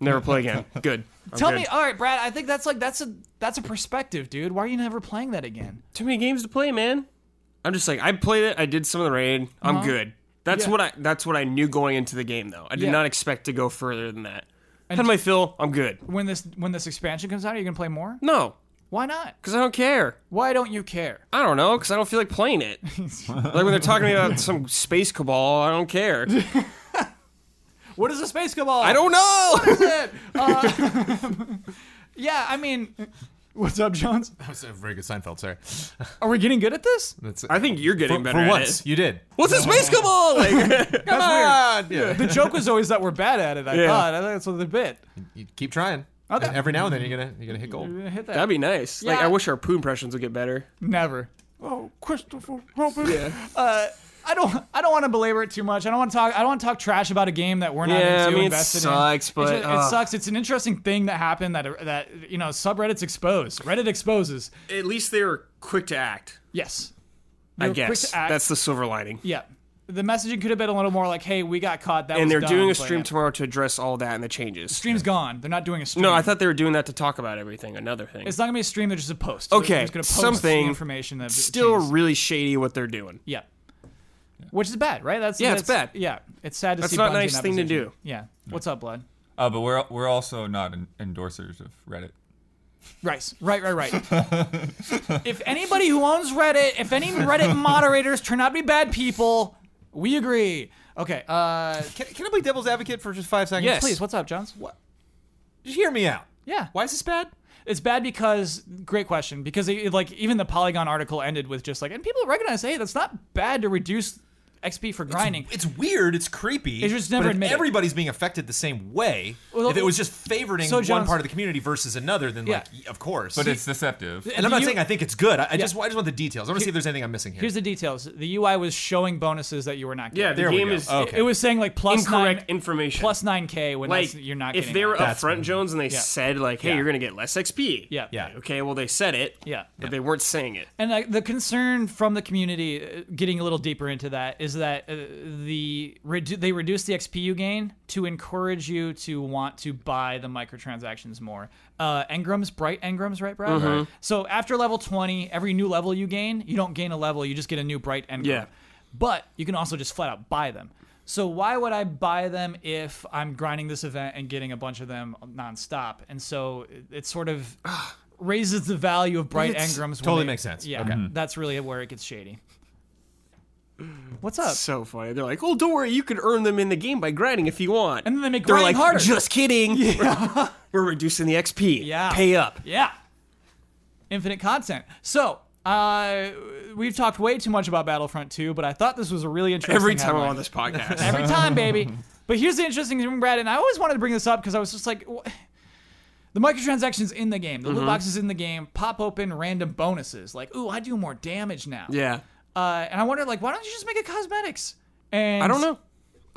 S2: Never play again. Good. I'm
S1: Tell
S2: good.
S1: me, all right, Brad. I think that's like that's a that's a perspective, dude. Why are you never playing that again?
S2: Too many games to play, man. I'm just like I played it. I did some of the raid. I'm
S1: Uh-huh.
S2: good. That's
S1: Yeah.
S2: what I. That's what I knew going into the game, though. I did
S1: Yeah.
S2: not expect to go further than that. Had my fill. I'm good.
S1: When this when this expansion comes out, are you gonna play more?
S2: No,
S1: Why not?
S2: because I don't care.
S1: Why don't you care?
S2: I don't know, because I don't feel like
S1: [LAUGHS]
S2: playing it. like when they're talking to me about some space cabal, I
S1: [LAUGHS]
S2: don't care.
S1: What is a space cabal?
S2: I don't know. [LAUGHS]
S1: It? Uh, [LAUGHS] yeah, I mean, what's up, Jones?
S4: That was a very good Seinfeld, sorry.
S1: Are we getting good at this?
S4: That's,
S2: I think you're getting
S4: for,
S2: better
S4: for
S2: at
S4: once,
S2: it.
S4: you did.
S2: What's a space cabal? [LAUGHS] Like,
S4: That's
S1: [LAUGHS]
S4: weird.
S1: The joke was always that we're bad at it. I
S2: Yeah.
S1: thought I thought that's what the bit.
S4: Yeah. You keep trying.
S1: Okay.
S4: And every now and then you're gonna you're gonna hit gold.
S1: Hit that.
S2: that'd be nice. Like,
S1: Yeah.
S2: I wish our poo impressions would get better.
S1: Never. Oh, Christopher Robin. Yeah. Uh, I don't. I don't want to belabor it too much. I don't want to talk. I don't want to talk trash about a game that we're not
S2: Yeah,
S1: into
S2: I mean, it
S1: invested
S2: sucks,
S1: in.
S2: but,
S1: it,
S2: ugh.
S1: it sucks. It's an interesting thing that happened that that you know subreddits expose. Reddit exposes.
S2: At least they were quick to act.
S1: Yes.
S2: I
S1: They were quick
S2: guess
S1: to act.
S2: that's the silver lining.
S1: yeah. The messaging could have been a little more like, "Hey, we got caught." That
S2: And
S1: was
S2: they're
S1: dumb,
S2: doing a
S1: but
S2: stream
S1: yeah.
S2: tomorrow to address all that and the changes.
S1: Stream's gone. They're not doing a stream.
S2: No, I thought they were doing that to talk about everything. Another thing.
S1: it's not gonna be a stream. They're just a post.
S2: Okay,
S1: They're just gonna post
S2: something
S1: the information that
S2: Still
S1: changes.
S2: really shady what they're doing.
S1: yeah. Which is bad, right? That's
S2: Yeah, it's
S1: that's-
S2: bad.
S1: Yeah, it's sad to
S2: That's
S1: see.
S2: not
S1: Bungie
S2: a
S1: in
S2: nice
S1: that
S2: thing to
S1: position.
S2: do.
S1: Yeah. What's up, blood?
S3: Uh, but we're we're also not en- endorsers of Reddit.
S1: Rice. Right, right, [LAUGHS] right. if anybody who owns Reddit, if any Reddit [LAUGHS] moderators turn out to be bad people, we agree. Okay, uh,
S4: Can, can I play devil's advocate for just five seconds?
S2: Yes.
S1: please, what's up, Johns?
S4: What? Just hear me out.
S1: Yeah.
S4: Why is this bad?
S1: It's bad because, great question, because it, like even the Polygon article ended with just like, and people recognize, hey, that's not bad to reduce XP for grinding.
S4: It's weird. It's creepy.
S1: It's just never
S4: but if
S1: admitted.
S4: Everybody's being affected the same way.
S1: Well,
S4: if it was just favoring
S1: so
S4: one
S1: John's-
S4: part of the community versus another, then like,
S1: Yeah.
S4: y- of course.
S3: But it's deceptive.
S4: and I'm not
S1: You-
S4: saying I think it's good. I, I just I just want the details. I want to see if there's anything I'm missing here.
S1: Here's the details. The UI was showing bonuses that you were not
S2: Yeah,
S1: getting.
S2: the
S4: There we
S2: game
S4: go.
S2: is
S4: Okay.
S1: It was saying like Oh. plus
S2: incorrect
S1: nine,
S2: information.
S1: plus nine k when
S2: like
S1: that's, you're not.
S2: if
S1: getting
S2: they
S1: that.
S2: were
S4: That's-
S2: upfront Jones and they said like, "Hey,
S4: Yeah.
S2: you're gonna get less XP."
S1: Yeah.
S4: Yeah.
S2: Okay. Well, they said it.
S1: Yeah.
S2: But they weren't saying it.
S1: And like the concern from the community, uh, getting a little deeper into that, is that uh, the redu- they reduce the XP you gain to encourage you to want to buy the microtransactions more. Uh, engrams, bright engrams, right, Brad? So after level twenty, every new level you gain, you don't gain a level, you just get a new bright engram.
S2: Yeah.
S1: But you can also just flat out buy them. So why would I buy them if I'm grinding this event and getting a bunch of them nonstop? And so it, it sort of raises the value of bright
S2: It's-
S1: engrams. when
S4: totally
S1: they-
S4: makes sense.
S1: Yeah,
S4: Okay.
S1: that's really where it gets shady. What's up?
S2: So funny. They're like, "Oh, don't worry, you could earn them in the game by grinding if you want."
S1: And then they make
S2: They're
S1: grinding
S2: like,
S1: harder.
S2: "Just
S1: [LAUGHS]
S2: kidding. [LAUGHS] We're reducing the XP.
S1: Yeah.
S2: Pay up."
S1: Yeah. Infinite content. So, uh, we've talked way too much about Battlefront 2, but I thought this was a really interesting
S2: Every time I'm
S1: headline. [LAUGHS]
S2: on this podcast. [LAUGHS]
S1: Every time, baby. But here's the interesting thing, Brad, and I always wanted to bring this up because I was just like, wh- The microtransactions in the game, the
S2: Mm-hmm.
S1: loot boxes in the game, pop open random bonuses like, ooh, I do more damage now.
S2: Yeah.
S1: Uh, and I wonder, like, why don't you just make it cosmetics? And
S2: I don't know.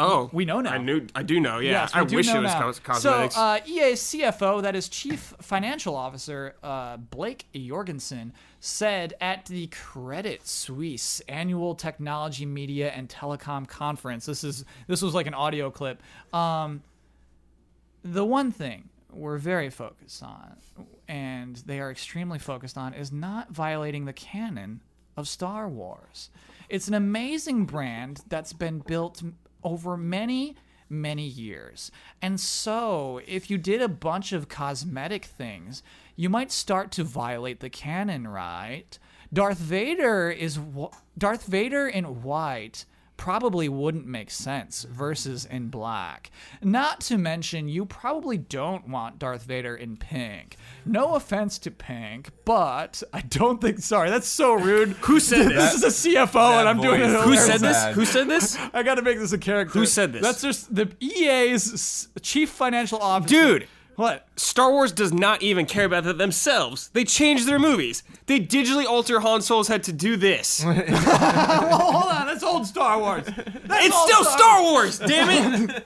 S2: Oh,
S1: We know now.
S2: I knew. I do know. Yeah.
S1: Yes, we
S2: I
S1: do
S2: wish
S1: know
S2: it was
S1: now.
S2: cos- cosmetics.
S1: So, uh, EA's CFO, that is Chief Financial Officer uh, Blake Jorgensen, said at the Credit Suisse Annual Technology, Media, and Telecom Conference. This is this was like an audio clip. Um, the one thing we're very focused on, and they are extremely focused on, is not violating the canon of Star Wars. It's an amazing brand that's been built m- over many, many years. And so, if you did a bunch of cosmetic things, you might start to violate the canon, right? Darth Vader is wh- Darth Vader in white probably wouldn't make sense versus in black. Not to mention, you probably don't want Darth Vader in pink. No offense to pink, but I don't think. Sorry, that's so
S2: [LAUGHS]
S1: rude. Who
S2: said
S1: this?
S3: that?
S1: This is a CFO, and I'm doing
S3: voice.
S1: it.
S2: Who
S1: over-
S2: said
S3: Sad.
S2: this? Who said this?
S1: [LAUGHS] I got to make this a character.
S2: Who said this?
S1: That's just the EA's s- chief financial officer.
S2: Dude.
S1: what?
S2: Star Wars does not even care about that themselves. They change their movies. They digitally alter Han Solo's head to
S1: [LAUGHS]
S2: do this.
S1: Oh, Hold on, that's old Star
S2: [LAUGHS]
S1: Wars. That's
S2: it's
S1: old
S2: still Star
S1: [LAUGHS]
S2: Wars, damn it!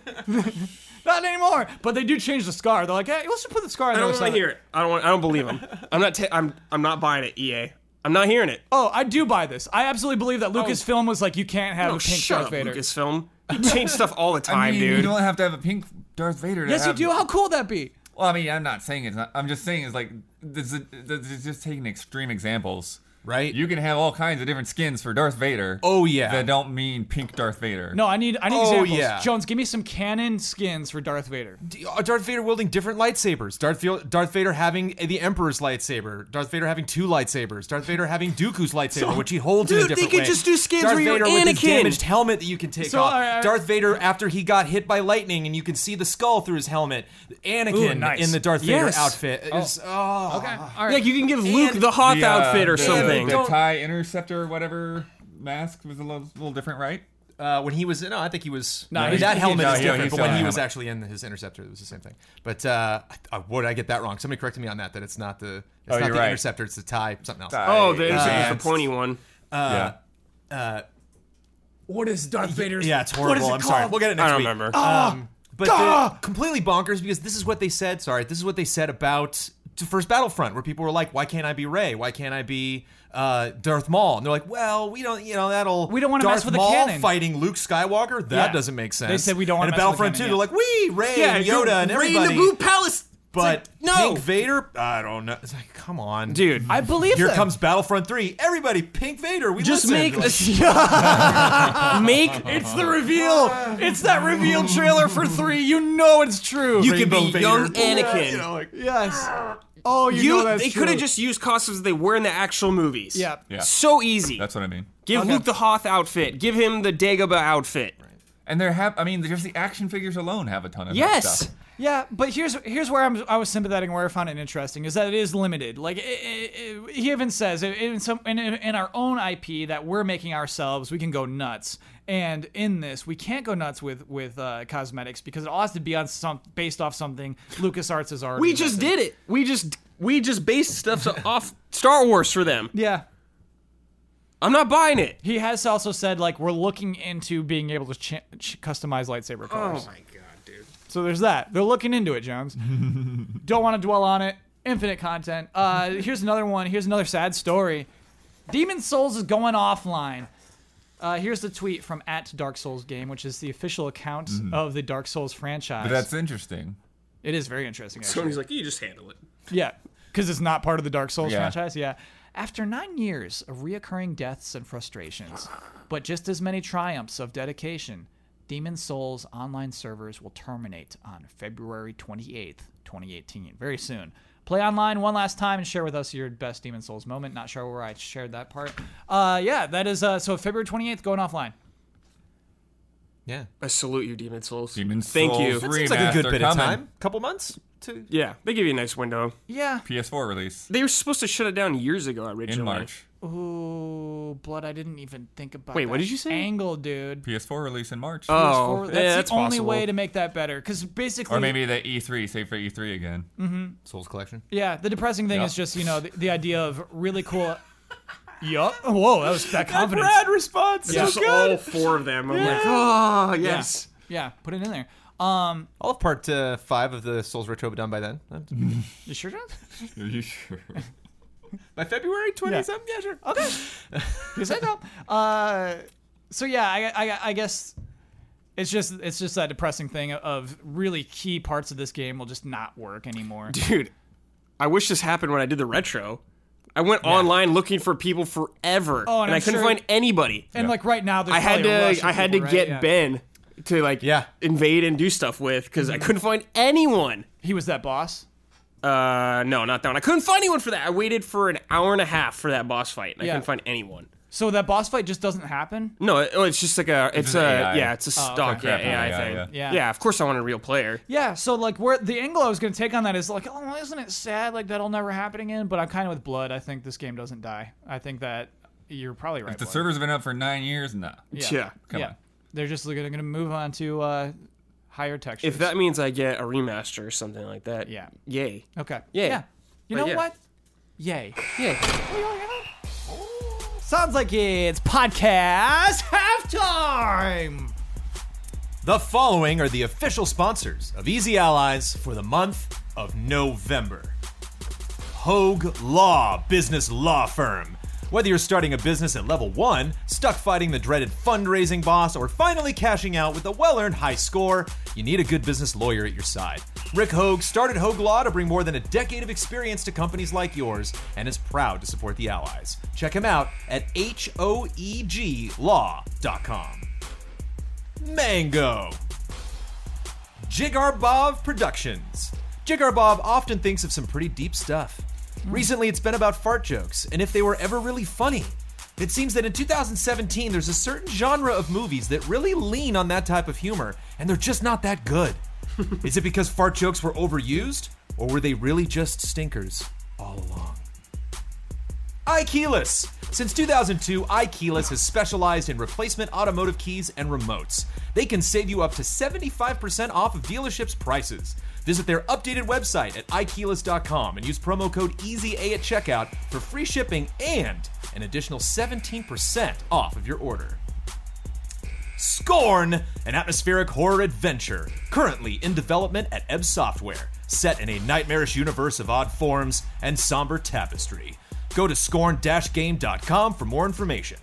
S1: Not anymore. But they do change the scar. They're like, hey, let's just put the scar. on
S2: I
S1: the
S2: don't
S1: other
S2: want
S1: side.
S2: to hear it. I don't. Want, I don't believe him. I'm not. Ta- I'm. I'm not buying it. EA. I'm not hearing it.
S1: Oh, I do buy this. I absolutely believe that Lucasfilm was like, you can't have
S2: Oh,
S1: a pink
S2: shut
S1: Darth
S2: up,
S1: Vader.
S2: Lucasfilm. You change stuff all the time,
S3: I mean,
S2: dude.
S3: You don't have to have a pink Darth Vader. To
S1: Yes, you
S3: have-
S1: do. How cool would that be?
S3: Well, I mean, I'm not saying it's not. I'm just saying it's like this is, this is just taking extreme examples.
S5: Right.
S3: You can have all kinds of different skins for Darth Vader.
S5: Oh, yeah.
S3: That don't mean pink Darth Vader.
S1: No, I need I need
S5: Oh,
S1: examples.
S5: yeah.
S1: Jones, give me some canon skins for Darth Vader.
S5: D- uh, Darth Vader wielding different lightsabers. Darth, Vel- Darth Vader having the Emperor's lightsaber. Darth Vader having two lightsabers. Darth Vader having Dooku's lightsaber, which he holds in a
S2: Dude, they
S5: different
S2: could
S5: way.
S2: just do skins
S5: Darth
S2: where you're
S5: Vader with his
S2: Anakin.
S5: damaged helmet that you can take
S1: So,
S5: off.
S1: I- I-
S5: Darth Vader after he got hit by lightning and you can see the skull through his helmet. Anakin
S1: Ooh, nice.
S5: in the Darth Vader
S2: Yes.
S5: outfit. Is, oh.
S1: Okay. All right.
S2: Like you can give Luke the Hoth
S3: uh,
S2: outfit or
S3: the-
S2: something.
S3: The
S5: Don't-
S3: tie interceptor, or whatever mask was a little, little different, right?
S5: Uh, when he was no, I think he was. No,
S1: he's-
S5: that
S1: he-
S5: helmet
S3: no,
S5: is
S3: yeah,
S5: different.
S3: he's
S5: but
S3: still
S5: when
S3: on
S5: he
S3: a
S5: was
S3: helmet.
S5: actually in his interceptor, it was the same thing. But uh, I, I, what did I get that wrong? Somebody corrected me on that. That it's not the it's
S3: Oh,
S5: not
S3: you're
S5: the
S3: right.
S5: interceptor. It's the tie something else.
S3: Tie.
S2: oh, the,
S3: Uh,
S2: the pointy one.
S3: yeah.
S1: What is Darth Vader's?
S5: [LAUGHS] Yeah, it's horrible.
S1: What is it
S5: I'm sorry.
S1: called?
S5: We'll get it next
S2: I don't
S5: week.
S2: remember.
S5: Um, but they're completely bonkers because this is what they said. Sorry, this is what they said about the first Battlefront, where people were like, "Why can't I be Ray? Why can't I be uh, Darth Maul?" And they're like, "Well, we don't, you know, that'll
S1: We don't wanna
S5: Darth
S1: mess with the
S5: Maul
S1: canon."
S5: fighting Luke Skywalker. That
S1: Yeah.
S5: doesn't make sense."
S1: They said we don't wanna
S5: And in
S1: mess with the
S5: Battlefront
S1: canon,
S5: Two, they're like, "We Ray and
S2: go
S5: Yoda and
S2: raid
S5: everybody."
S2: the Blue Palace.
S5: but
S2: no.
S5: Pink Vader, I don't know. It's like, come on,
S2: Dude,
S1: I believe
S5: Here
S1: them.
S5: comes Battlefront Three. Everybody, Pink Vader. We
S2: just
S5: listen.
S2: make
S5: Like, [LAUGHS]
S2: a
S1: [LAUGHS]
S2: make.
S1: It's the reveal. It's that reveal trailer for three. You know it's true.
S2: You could be
S5: Rainbow
S2: young
S5: Vader.
S2: Anakin.
S5: You know, like,
S1: yes. Oh, you, know
S2: You,
S1: that's
S2: they
S1: true.
S2: could have just used costumes they were in the actual movies.
S1: Yeah.
S3: Yeah.
S2: So easy.
S3: That's what I mean.
S2: Give Luke the Hoth outfit. Give him the Dagobah outfit.
S3: And there have, I mean, just the action figures alone have a ton of that
S2: Yes.
S3: stuff.
S1: Yeah, but here's here's where I'm I was sympathetic and where I found it interesting is that it is limited. Like it, it, it- he even says i- in some in, in our own IP that we're making ourselves, we can go nuts. And in this, we can't go nuts with with uh, cosmetics because it all has to be on some based off something LucasArts has already.
S2: We just
S1: invested.
S2: did it. We just we just based stuff [LAUGHS] off Star Wars for them.
S1: Yeah.
S2: I'm not buying it.
S1: He has also said like we're looking into being able to ch- ch- customize lightsaber colors.
S2: Oh my god, dude.
S1: So there's that. They're looking into it,
S3: [LAUGHS]
S1: Jones. Don't want to dwell on it. Infinite content. Uh, here's another one. Here's another sad story. Demon Souls is going offline. Uh, here's the tweet from at Dark Souls Game, which is the official account of the Dark Souls franchise.
S3: Mm-hmm. But that's interesting.
S1: it is very interesting. Actually.
S2: Tony's like, you just handle it.
S1: Yeah, because it's not part of the Dark Souls
S3: Yeah.
S1: franchise. Yeah. After nine years of reoccurring deaths and frustrations, but just as many triumphs of dedication, Demon Souls online servers will terminate on February 28th, 2018. Very soon. Play online one last time and share with us your best Demon Souls moment. Not sure where I shared that part. Uh, yeah, that is uh, so February 28th going offline.
S5: yeah.
S2: I salute you, Demon Souls.
S3: Demon
S2: Thank
S3: Souls
S2: you.
S3: That
S5: Seems like a good
S3: Remaster
S5: bit of
S3: coming.
S5: time. Couple months to
S2: Yeah, they give you a nice window.
S1: Yeah.
S3: PS4 release
S2: They were supposed to shut it down years ago
S3: in
S2: originally.
S3: March.
S1: Ooh, blood! I didn't even think about.
S2: Wait, what
S1: that
S2: did you say?
S1: Angle, dude.
S3: PS4 release in March.
S2: Oh,
S1: PS4, that's
S2: yeah,
S1: the
S2: that's
S1: only
S2: possible.
S1: way to make that better. Because basically,
S3: or maybe the E3, save for E3 again.
S4: Souls collection.
S1: yeah, the depressing thing
S3: Yeah.
S1: is just you know the, the idea of really
S3: [LAUGHS]
S1: cool. yup. Whoa, that was that confidence.
S4: response.
S1: Yeah.
S2: Just all four of them. I'm like, oh yes.
S1: Yeah, put it in there. Um,
S4: I'll have part uh, five of the Souls Retro done by then.
S1: you sure, John? [LAUGHS]
S3: Are you sure?
S4: By February 27th? Yeah, sure.
S1: Okay. you said no. Uh, so yeah, I, I, I guess it's just it's just that depressing thing of really key parts of this game will just not work anymore.
S2: Dude, I wish this happened when I did the retro. I went online looking for people forever,
S1: Oh, and I'm
S2: and, I couldn't
S1: sure-
S2: find anybody.
S1: And like right now, there's
S2: I had
S1: probably a rush
S2: to
S1: of
S2: I had to
S1: people, right?
S2: get
S1: Yeah.
S2: Ben to like
S4: Yeah.
S2: invade and do stuff with because
S1: Mm-hmm.
S2: I couldn't find anyone.
S1: He was that boss.
S2: Uh, no, not that one. I couldn't find anyone for that. I waited for an hour and a half for that boss fight, and
S1: Yeah.
S2: I couldn't find anyone.
S1: So that boss fight just doesn't happen.
S2: No, it- oh, it's just like a, it's,
S3: just
S2: a,
S3: AI.
S2: yeah, it's a stock yeah,
S3: Crap,
S2: AI,
S3: yeah,
S2: thing.
S3: yeah.
S1: Oh, Yeah.
S2: of course I want a real player.
S1: Yeah. So like where the angle I was gonna take on that is like, oh, isn't it sad? Like that'll never happen again. But I'm kind of with Blood. I think this game doesn't die. I think that you're probably right.
S3: the
S1: Blood.
S3: server's been up for nine years now.
S1: yeah.
S2: Yeah.
S3: Come
S1: yeah.
S3: on.
S1: They're just gonna gonna move on to uh, higher textures.
S2: If that means I get a remaster or something like that,
S1: Yeah.
S2: yay,
S1: Okay.
S2: Yay.
S1: Yeah. You
S2: But
S1: know
S2: yeah.
S1: what? Yay.
S2: yay.
S1: Sounds like it's podcast halftime.
S4: The following are the official sponsors of Easy Allies for the month of November Hogue Law Business Law Firm. Whether you're starting a business at level one, stuck fighting the dreaded fundraising boss, or finally cashing out with a well earned high score, you need a good business lawyer at your side. Rick Hogue started Hogue Law to bring more than a decade of experience to companies like yours and is proud to support the allies. Check him out at E hoeglaw.com. Mango. Jigar Bob Productions. Jigar Bob often thinks of some pretty deep stuff. Recently, it's been about fart jokes and if they were ever really funny. It seems that in 2017, there's a certain genre of movies that really lean on that type of humor, and they're just not that good. Is it because fart jokes were overused, or were they really just stinkers all along? iKeyless. Since 2002, iKeyless has specialized in replacement automotive keys and remotes. They can save you up to 75% off of dealerships' prices. Visit their updated website at iKeyless.com and use promo code EZA at checkout for free shipping and an additional 17% off of your order. Scorn, an atmospheric horror adventure, currently in development at Ebb Software, set in a nightmarish universe of odd forms and somber tapestry. Go to scorn-game.com for more information.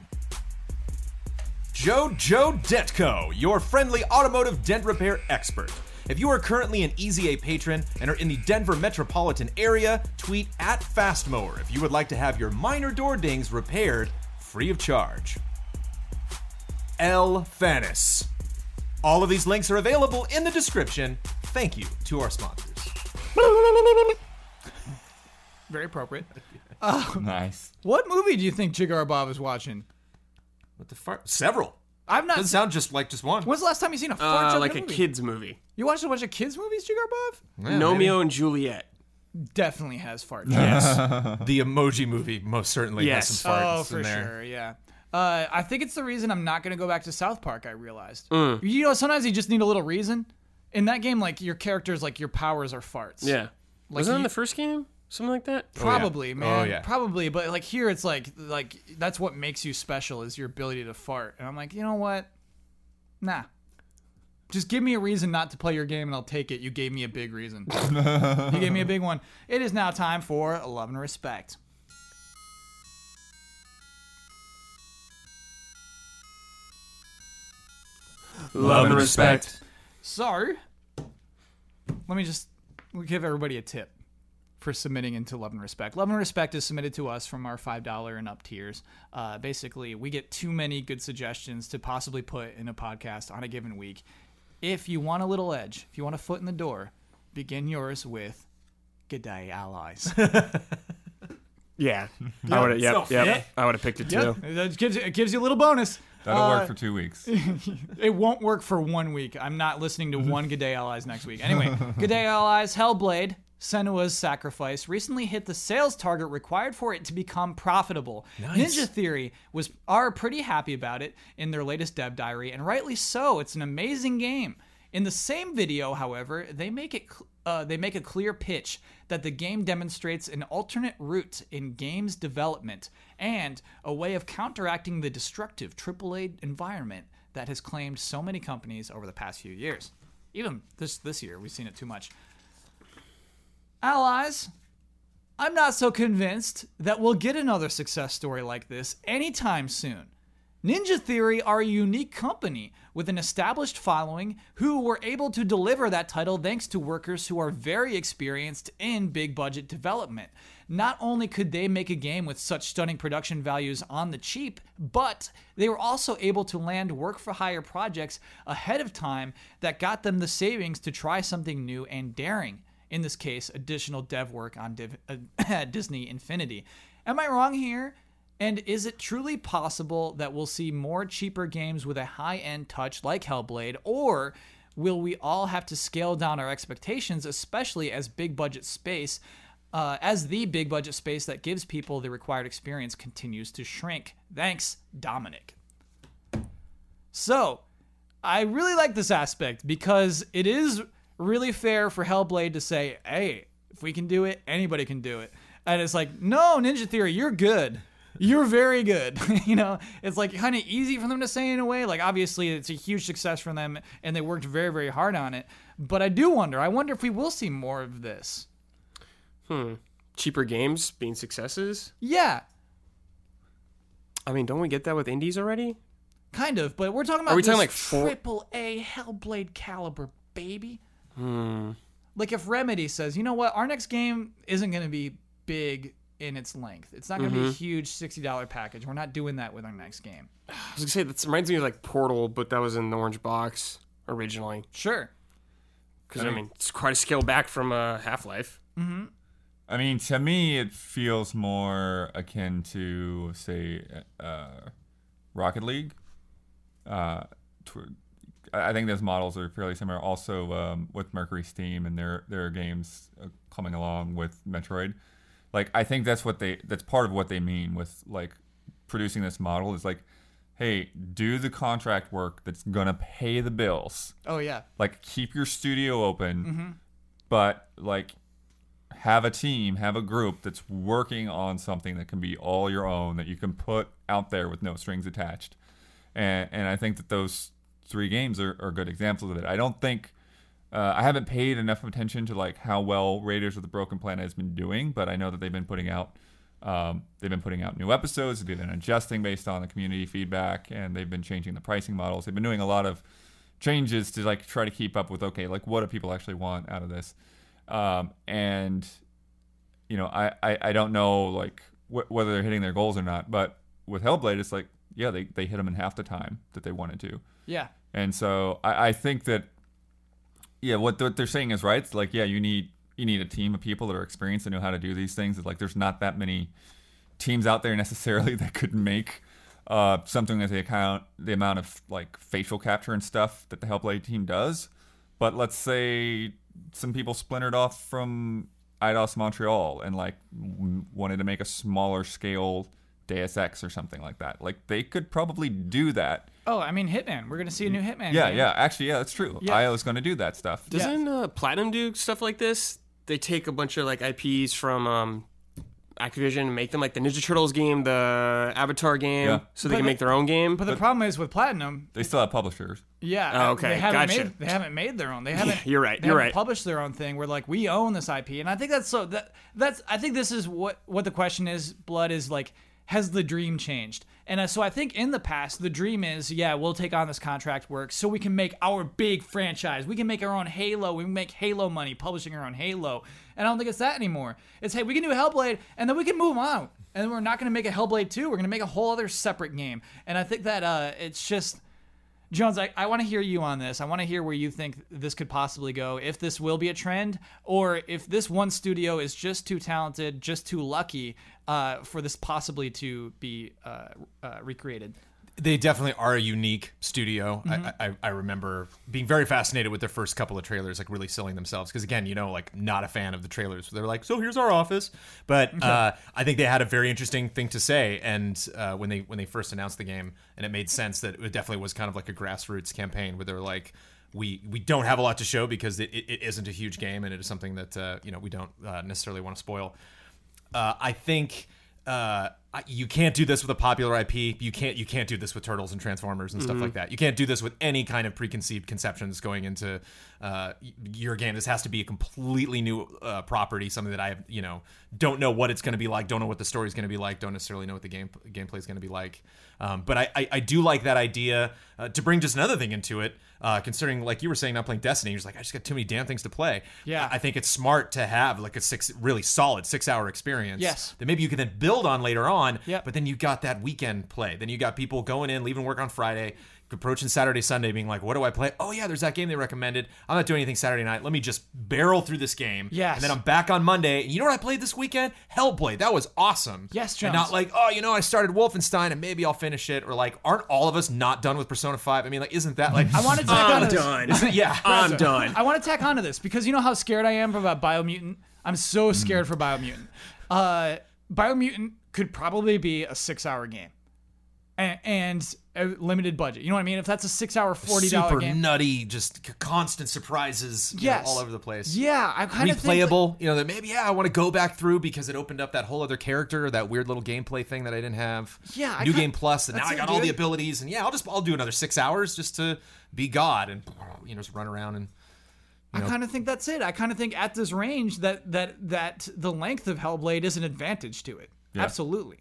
S4: JoJo Dentco, your friendly automotive dent repair expert. If you are currently an EZA patron and are in the Denver metropolitan area, tweet at Fastmower if you would like to have your minor door dings repaired free of charge. L. Fannis. All of these links are available in the description. Thank you to our sponsors.
S1: Very appropriate.
S3: [LAUGHS] Nice.
S1: What movie do you think Jigar Bob is watching?
S4: What the fart? Several.
S1: I've not.
S4: Doesn't sound just like just one.
S1: When's the last time you seen a fart
S2: Uh,
S1: joke
S2: like a
S1: in movie?
S2: kids movie.
S1: You watched a bunch of kids movies, Jigar Bob?
S2: Romeo and Juliet.
S1: Definitely has fart.
S3: [LAUGHS]
S2: Yes.
S4: The emoji movie most certainly
S2: Yes.
S4: has some farts
S1: oh, for
S4: in there.
S1: sure. Yeah. Uh, I think it's the reason I'm not going to go back to South Park. I realized.
S4: Mm.
S1: You know, sometimes you just need a little reason. In that game, like your characters, like your powers are farts.
S2: yeah. Wasn't that in
S1: you-
S2: the first game? Something like that?
S1: Probably,
S4: Oh,
S1: man.
S4: yeah.
S1: Probably, but like here, it's like like that's what makes you special is your ability to fart. And I'm like, you know what? Nah. Just give me a reason not to play your game, and I'll take it. You gave me a big
S4: [LAUGHS]
S1: reason. you gave me a big one. It is now time for love and respect.
S2: Love
S3: and respect.
S1: So, let me just give everybody a tip for submitting into Love and Respect. Love and Respect is submitted to us from our $5 and up tiers. Uh, basically, we get too many good suggestions to possibly put in a podcast on a given week. If you want a little edge, if you want a foot in the door, begin yours with Good Day Allies. [LAUGHS]
S2: [LAUGHS] Yeah. I would have yep,
S4: so-
S2: yep.
S4: yeah.
S2: I would have picked it too.
S1: It gives, it gives you a little bonus.
S3: That'll work for two weeks.
S1: [LAUGHS] It won't work for one week. I'm not listening to one Good Day Allies next week. Anyway, Good Day Allies, Hellblade, Senua's Sacrifice recently hit the sales target required for it to become profitable. Ninja Theory was are pretty happy about it in their latest dev diary, and rightly so. It's an amazing game. In the same video, however, they make it cl- uh, they make a clear pitch that the game demonstrates an alternate route in games development and a way of counteracting the destructive AAA environment that has claimed so many companies over the past few years. Even this this year, we've seen it too much. Allies, I'm not so convinced that we'll get another success story like this anytime soon. Ninja Theory are a unique company with an established following who were able to deliver that title thanks to workers who are very experienced in big budget development. Not only could they make a game with such stunning production values on the cheap, but they were also able to land work for hire projects ahead of time that got them the savings to try something new and daring in this case, additional dev work on div- uh, [LAUGHS] Disney Infinity. Am I wrong here? And is it truly possible that we'll see more cheaper games with a high end touch like Hellblade, or will we all have to scale down our expectations, especially as big budget space, uh, as the big budget space that gives people the required experience continues to shrink? Thanks, Dominic. So, I really like this aspect because it is really fair for Hellblade to say, "Hey, if we can do it, anybody can do it." And it's like, "No, Ninja Theory, you're good. You're very good." [LAUGHS] you know, it's like kind of easy for them to say in a way. Like obviously, it's a huge success for them, and they worked very, very hard on it. But I do wonder. I wonder if we will see more of this.
S2: Cheaper games being successes.
S1: Yeah,
S2: I mean, don't we get that with indies already?
S1: kind of. But we're talking about
S2: Are we talking
S1: this
S2: like four-
S1: triple A Hellblade caliber, baby.
S2: Hmm.
S1: Like if Remedy says, you know what, our next game isn't going to be big in its length. It's not going to
S2: Mm-hmm.
S1: be a huge sixty dollar package. We're not doing that with our next game.
S2: I was gonna say that reminds me of like Portal, but that was in the orange box originally.
S1: Sure.
S2: Because I mean, it's quite a scale back from uh, Half Life.
S3: I mean, to me, it feels more akin to, say, uh, Rocket League. Uh, tw- I I think those models are fairly similar. Also, um, with Mercury Steam and their their games uh, coming along with Metroid, like I think that's what they that's part of what they mean with like producing this model is like, hey, do the contract work that's gonna pay the bills
S1: Oh yeah.
S3: like keep your studio open but like have a team have a group that's working on something that can be all your own that you can put out there with no strings attached and and i think that those three games are, are good examples of it i don't think uh, i haven't paid enough attention to like how well raiders of the broken planet has been doing but i know that they've been putting out um, they've been putting out new episodes they've been adjusting based on the community feedback and they've been changing the pricing models they've been doing a lot of changes to like try to keep up with okay like what do people actually want out of this um, and you know i i, I don't know like wh- whether they're hitting their goals or not but with hellblade it's like yeah they, they hit them in half the time that they wanted to
S1: Yeah.
S3: and so I, I think that yeah, what, th- what they're saying is right. It's like yeah, you need you need a team of people that are experienced and know how to do these things. It's like there's not that many teams out there [LAUGHS] necessarily that could make uh, something that the account the amount of like facial capture and stuff that the Hellblade team does. But let's say some people splintered off from IDOS Montreal and like w- wanted to make a smaller scale Deus Ex or something like that. Like they could probably do that.
S1: Oh, I mean Hitman. We're gonna see a new Hitman.
S3: Yeah,
S1: game.
S3: yeah. Actually, yeah, that's true.
S1: Yeah.
S3: IO is going to do that stuff.
S2: Doesn't uh, Platinum do stuff like this? They take a bunch of like IPs from um, Activision and make them like the Ninja Turtles game, the Avatar game,
S3: Yeah.
S2: so they
S1: But
S2: can
S1: the-
S2: make their own game.
S1: But the problem is with Platinum,
S3: They still have publishers.
S1: yeah. uh,
S2: Oh, okay,
S1: They haven't
S2: gotcha.
S1: made they haven't made their
S2: [LAUGHS]
S1: own. They haven't.
S2: you're right,
S1: They
S2: you're
S1: haven't
S2: right.
S1: Published their own thing. We're like, we own this IP, and I think that's so. That that's. I think this is what what the question is. Blood is like, has the dream changed? And uh, so I think in the past, the dream is, yeah, we'll take on this contract work so we can make our big franchise. We can make our own Halo. We can make Halo money publishing our own Halo. And I don't think it's that anymore. It's hey, we can do Hellblade, and then we can move on. And then we're not going to make a Hellblade 2. We're going to make a whole other separate game. And I think that uh, it's just. Jones, I, I want to hear you on this. I want to hear where you think this could possibly go, if this will be a trend, or if this one studio is just too talented, just too lucky uh, for this possibly to be uh, uh, recreated.
S4: they definitely are a unique studio. I, I I remember being very fascinated with their first couple of trailers, like really selling themselves. Because again, you know, like not a fan of the trailers. They're like, so here's our office, but uh, I think they had a very interesting thing to say. And uh, when they when they first announced the game, and it made sense that it definitely was kind of like a grassroots campaign where they're like. We, we don't have a lot to show because it, it, it isn't a huge game and it is something that uh, you know we don't uh, necessarily want to spoil uh, I think uh, I- you can't do this with a popular IP. You can't you can't do this with turtles and Transformers and stuff like that. You can't do this with any kind of preconceived conceptions going into uh, y- your game. This has to be a completely new uh, property, something that I have you know don't know what it's going to be like, don't know what the story's going to be like, don't necessarily know what the game gameplay is going to be like. Um, but I, I I do like that idea uh, to bring just another thing into it. Uh, considering like you were saying, not playing Destiny, you're just like I just got too many damn things to play.
S1: Yeah.
S4: I, I think it's smart to have like a six really solid six hour experience
S1: Yes.
S4: that maybe you can then build on later on
S1: Yep.
S4: but then you got that weekend play then you got people going in leaving work on friday approaching saturday sunday being like what do i play oh yeah there's that game they recommended i'm not doing anything saturday night let me just barrel through this game
S1: Yes.
S4: and then i'm back on monday and you know what i played this weekend hellblade that was awesome
S1: Yes, Jones.
S4: and not like oh you know i started wolfenstein and maybe i'll finish it or like aren't all of us not done with persona 5 i mean like isn't that like
S1: I
S4: [LAUGHS]
S1: want to tack on
S2: I'm
S1: to this.
S2: done.
S4: yeah
S2: I'm done.
S1: I want to tack on to this because you know how scared I am about Biomutant. I'm
S2: Hmm.
S1: so scared for Biomutant. Uh, Biomutant could probably be a six-hour game, and, and a limited budget. You know what I mean? If that's a six-hour, forty-dollar
S4: super
S1: game,
S4: nutty, just c- constant surprises you know,
S1: Yes.
S4: all over the place.
S1: yeah, I kind of
S4: Replayable, you know, that maybe, yeah, I want to go back through because it opened up that whole other character, that weird little gameplay thing that I didn't have.
S1: Yeah, I
S4: New
S1: kin-
S4: Game Plus, and now
S1: that's
S4: I
S1: it,
S4: got all the
S1: dude.
S4: abilities, and yeah, I'll just, I'll do another six hours just to be God and, you know, just run around and.
S1: I kind of think that's it. I kind of think at this range that that that the length of Hellblade is an advantage to it. Absolutely.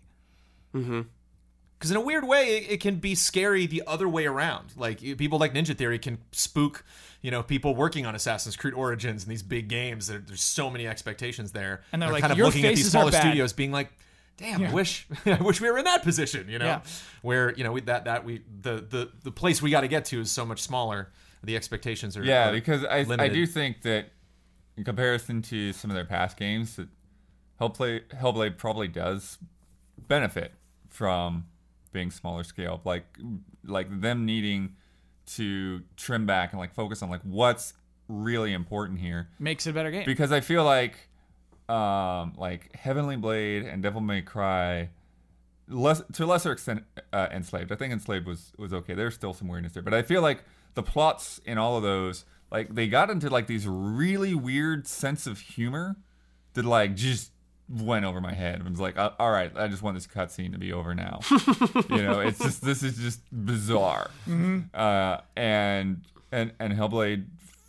S4: Because in a weird way, it, it can be scary the other way around. Like you- people like Ninja Theory can spook, you know, people working on Assassin's Creed Origins and these big games. There, there's so many expectations there,
S1: And they're like,
S4: kind of
S1: "Your
S4: looking at these
S1: faces are
S4: smaller
S1: bad."
S4: studios, being like, "Damn, I wish, [LAUGHS] I wish we were in that position." You know,
S1: Yeah.
S4: where you know we, that that we the the the place we got to get to is so much smaller. The expectations are
S3: Yeah,
S4: are
S3: because I I
S4: limited.
S3: do think that in comparison to some of their past games, that Hellblade Hellblade probably does benefit from being smaller scale, like like them needing to trim back and like focus on like what's really important here.
S1: Makes it a better game.
S3: Because I feel like um like Heavenly Blade and Devil May Cry less to a lesser extent uh, enslaved i think enslaved was was okay there's still some weirdness there but i feel like the plots in all of those like they got into like these really weird sense of humor that like just went over my head and was like "Uh, all right i just want this cutscene to be over now you know it's just this is just bizarre uh, and and and hellblade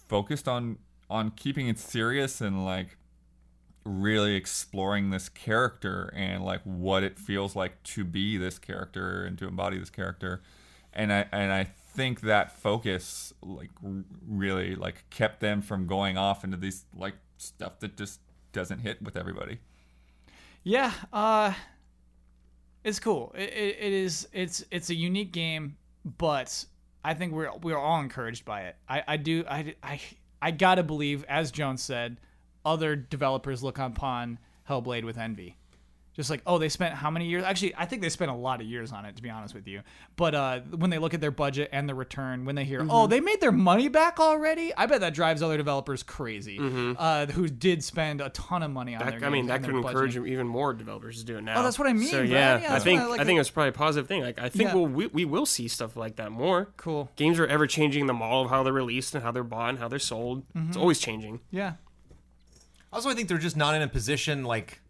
S3: focused on on keeping it serious and like really exploring this character and like what it feels like to be this character and to embody this character and i and i think that focus like r- really like kept them from going off into these like stuff that just doesn't hit with everybody
S1: Yeah, uh, it's cool. It, it, it is. It's it's a unique game, but I think we're we're all encouraged by it. I I do I I I gotta believe, as Jones said, other developers look upon Hellblade with envy. Just like, oh, they spent how many years? Actually, I think they spent a lot of years on it, to be honest with you. But uh, when they look at their budget and the return, when they hear,
S2: Mm-hmm.
S1: oh, they made their money back already, I bet that drives other developers crazy uh, who did spend a ton of money on their
S2: I
S1: games
S2: mean, Mm-hmm. that
S1: and
S2: could
S1: their budgeting.
S2: encourage even more developers to do it now.
S1: Oh, that's what I mean,
S2: So
S1: right?
S2: yeah,
S1: Yeah,
S2: I
S1: that's
S2: think
S1: why I like
S2: I think
S1: it.
S2: it's probably a positive thing. Like I think
S1: Yeah.
S2: we'll, we we will see stuff like that more.
S1: Cool.
S2: Games are ever changing the model of how they're released and how they're bought and how they're sold. It's
S1: Mm-hmm.
S2: always changing.
S1: Yeah.
S4: Also, I think they're just not in a position like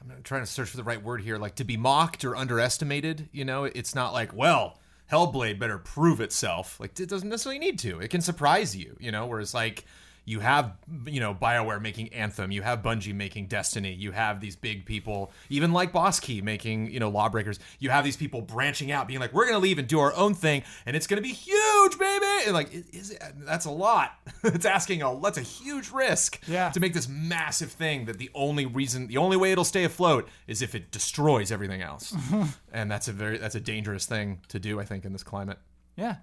S4: I'm not trying to search for the right word here, like to be mocked or underestimated. You know, it's not like well, Hellblade better prove itself. Like it doesn't necessarily need to. It can surprise you. You know, whereas like you have you know Bioware making Anthem, you have Bungie making Destiny, you have these big people, even like Boss Key making you know Lawbreakers. You have these people branching out, being like, we're gonna leave and do our own thing, and it's gonna be huge, baby. And like, i- is it, that's a lot. [LAUGHS] it's asking a that's a huge risk
S1: Yeah.
S4: to make this massive thing that the only reason the only way it'll stay afloat is if it destroys everything
S1: [LAUGHS]
S4: else and that's a very that's a dangerous thing to do i think in this climate
S1: Yeah,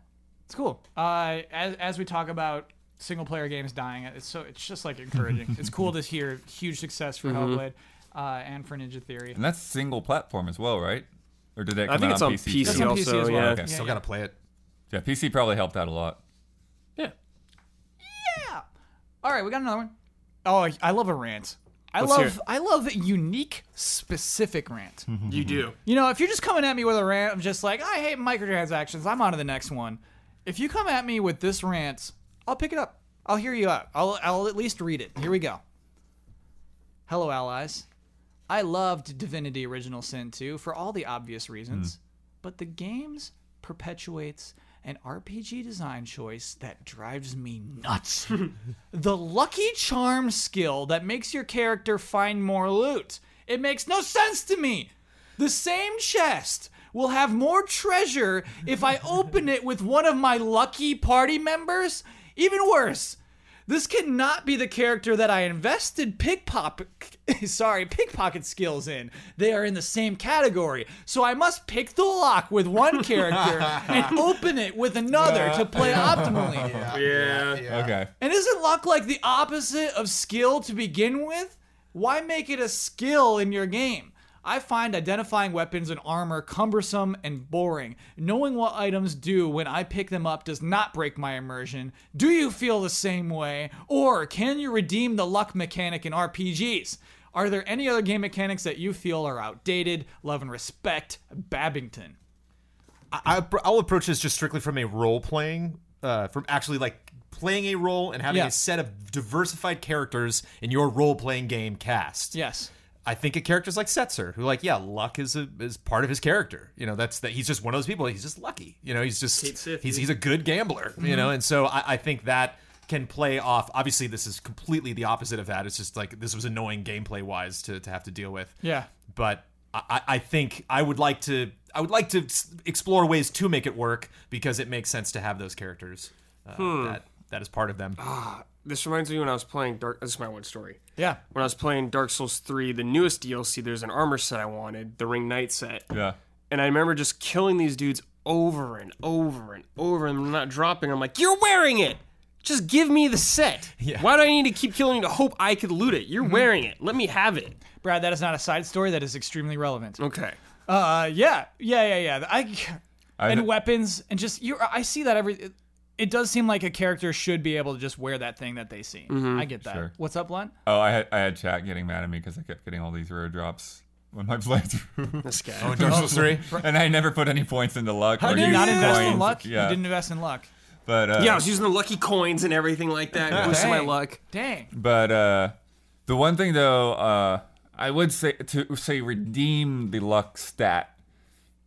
S1: it's cool. Uh, as as we talk about single player games dying, it's so it's just like [LAUGHS] encouraging. it's cool to hear
S2: Mm-hmm.
S1: huge success for Hellblade uh, and for Ninja Theory.
S3: and that's single platform as well right Or did that
S2: I
S3: come
S2: think
S3: out
S2: it's on
S3: PC?
S2: PC,
S1: It's on
S3: too?
S1: also,
S2: also.
S1: as well.
S2: Yeah.
S1: Okay.
S4: Still
S1: yeah.
S4: gotta play it.
S3: Yeah, PC probably helped out a lot.
S2: yeah.
S1: Yeah. All right, we got another one. Oh, I- I love a rant. I
S2: Let's hear
S1: love
S2: it.
S1: I love unique specific rant.
S2: You do.
S1: you know, if you're just coming at me with a rant of just like I hate microtransactions, I'm on to the next one. If you come at me with this rant, I'll pick it up. I'll hear you out. I'll I'll at least read it. Here we go. Hello, allies. I loved Divinity Original Sin 2 for all the obvious reasons, but the game's perpetuates an RPG design choice that drives me nuts. the lucky charm skill that makes your character find more loot. It makes no sense to me. The same chest will have more treasure if I open it with one of my lucky party members. Even worse, this cannot be the character that I invested pickpocket [LAUGHS] sorry, pickpocket skills in. They are in the same category. So I must pick the lock with one character and open it with another to play optimally.
S2: Yeah.
S3: Okay.
S1: And isn't luck like the opposite of skill to begin with? Why make it a skill in your game? I find identifying weapons and armor cumbersome and boring. Knowing what items do when I pick them up does not break my immersion. Do you feel the same way? Or can you redeem the luck mechanic in RPGs? Are there any other game mechanics that you feel are outdated? Love and respect, Babington.
S4: I, I- I'll approach this just strictly from a role playing, uh, from actually like playing a role and having
S1: Yeah.
S4: a set of diversified characters in your role playing game cast.
S1: Yes.
S4: I think at characters like Setzer, who like, yeah, luck is a, is part of his character. You know, that's that he's just one of those people. He's just lucky. You know, he's just
S2: Sith,
S4: he's he's a good gambler.
S1: Mm-hmm.
S4: You know, and so I, I think that can play off. Obviously, this is completely the opposite of that. It's just like this was annoying gameplay wise to to have to deal with.
S1: Yeah.
S4: But I, I- I think I would like to I would like to s- explore ways to make it work because it makes sense to have those characters uh,
S1: Mm.
S4: that that is part of them.
S2: This reminds me when I was playing Dark. This is my one story.
S1: Yeah.
S2: When I was playing Dark Souls 3, the newest DLC, there's an armor set I wanted, the Ring Knight set.
S3: Yeah.
S2: And I remember just killing these dudes over and over and over and not dropping. I'm like, you're wearing it. Just give me the set.
S4: Yeah.
S2: Why do I need to keep killing you to hope I could loot it? You're wearing it. Let me have it.
S1: Brad, that is not a side story. That is extremely relevant.
S2: Okay.
S1: Uh, yeah, yeah, yeah, yeah. I,
S3: I-
S1: and weapons and just you. I see that every. It, it does seem like a character should be able to just wear that thing that they see. I get that.
S3: Mm-hmm. Sure.
S1: What's up, Len?
S3: Oh, I had I had chat getting mad at me because I kept getting all these rare drops when [LAUGHS] I played through.
S2: This guy.
S3: [LAUGHS]
S4: Oh, in Dark
S2: [LAUGHS]
S4: Souls three.
S3: and I never put any points into luck. How
S1: Did you not invest in
S3: coins.
S1: luck? You
S3: Yeah,
S1: didn't invest in luck.
S3: but uh,
S2: yeah, I was using the lucky coins and everything like that, boosting my
S1: Dang.
S2: luck.
S1: Dang.
S3: But uh, the one thing though, uh, I would say to say redeem the luck stat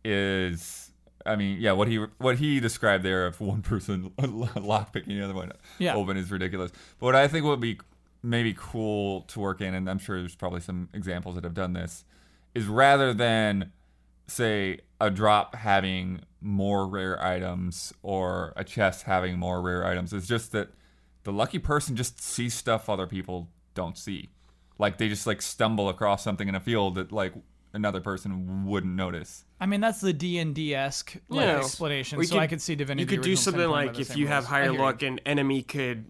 S3: is, I mean, yeah, what he what he described there of one [LAUGHS] person lockpicking the other one
S1: Yeah.
S3: open is ridiculous. But what I think would be maybe cool to work in, and I'm sure there's probably some examples that have done this, is rather than say a drop having more rare items or a chest having more rare items. It's just that the lucky person just sees stuff other people don't see. Like they just like stumble across something in a field that like another person wouldn't notice.
S1: I mean, that's the D and D esque like,
S2: Yeah.
S1: explanation.
S2: Or you
S1: So I could see divinity.
S2: You could do
S1: Original Sin
S2: something
S1: playing by
S2: like
S1: the
S2: if
S1: same
S2: you have
S1: rules. I
S2: higher
S1: hear you.
S2: luck, an enemy could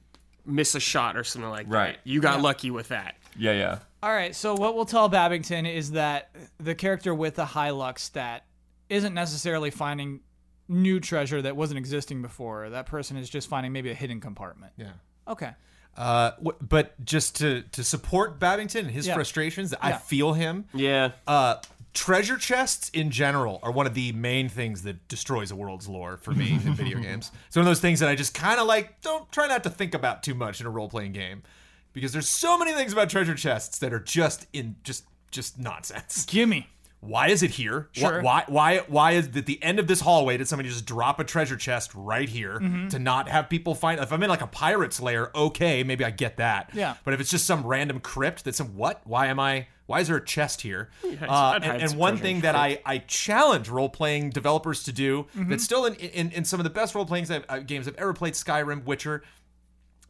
S2: miss a shot or something like
S3: Right.
S2: that. You got lucky with that.
S3: Yeah, yeah.
S1: All right. So what we'll tell Babington is that the character with the high luck stat isn't necessarily finding new treasure that wasn't existing before. That person is just finding maybe a hidden compartment.
S4: Yeah.
S1: Okay.
S4: Uh, w- but just to to support Babington and his
S1: Yeah.
S4: frustrations,
S1: Yeah.
S4: I feel him.
S2: Yeah.
S4: Uh, treasure chests in general are one of the main things that destroys a world's lore for me in video games. It's one of those things that I just kind of like don't try not to think about too much in a role playing game because there's so many things about treasure chests that are just in just just nonsense.
S1: Gimme.
S4: Why is it here? Wh-
S1: Sure.
S4: Why why why is at the end of this hallway did somebody just drop a treasure chest right here
S1: Mm-hmm.
S4: to not have people find? If I'm in like a pirate's lair, okay, maybe I get that.
S1: Yeah.
S4: But if it's just some random crypt, that's some what? Why am I? Why is there a chest here?
S2: I'd
S4: Uh,
S2: hide
S4: and and
S2: some
S4: one
S2: treasure
S4: thing
S2: in
S4: that I, I challenge role playing developers to do
S1: Mm-hmm.
S4: that's still in, in in some of the best role playing games I've ever played: Skyrim, Witcher,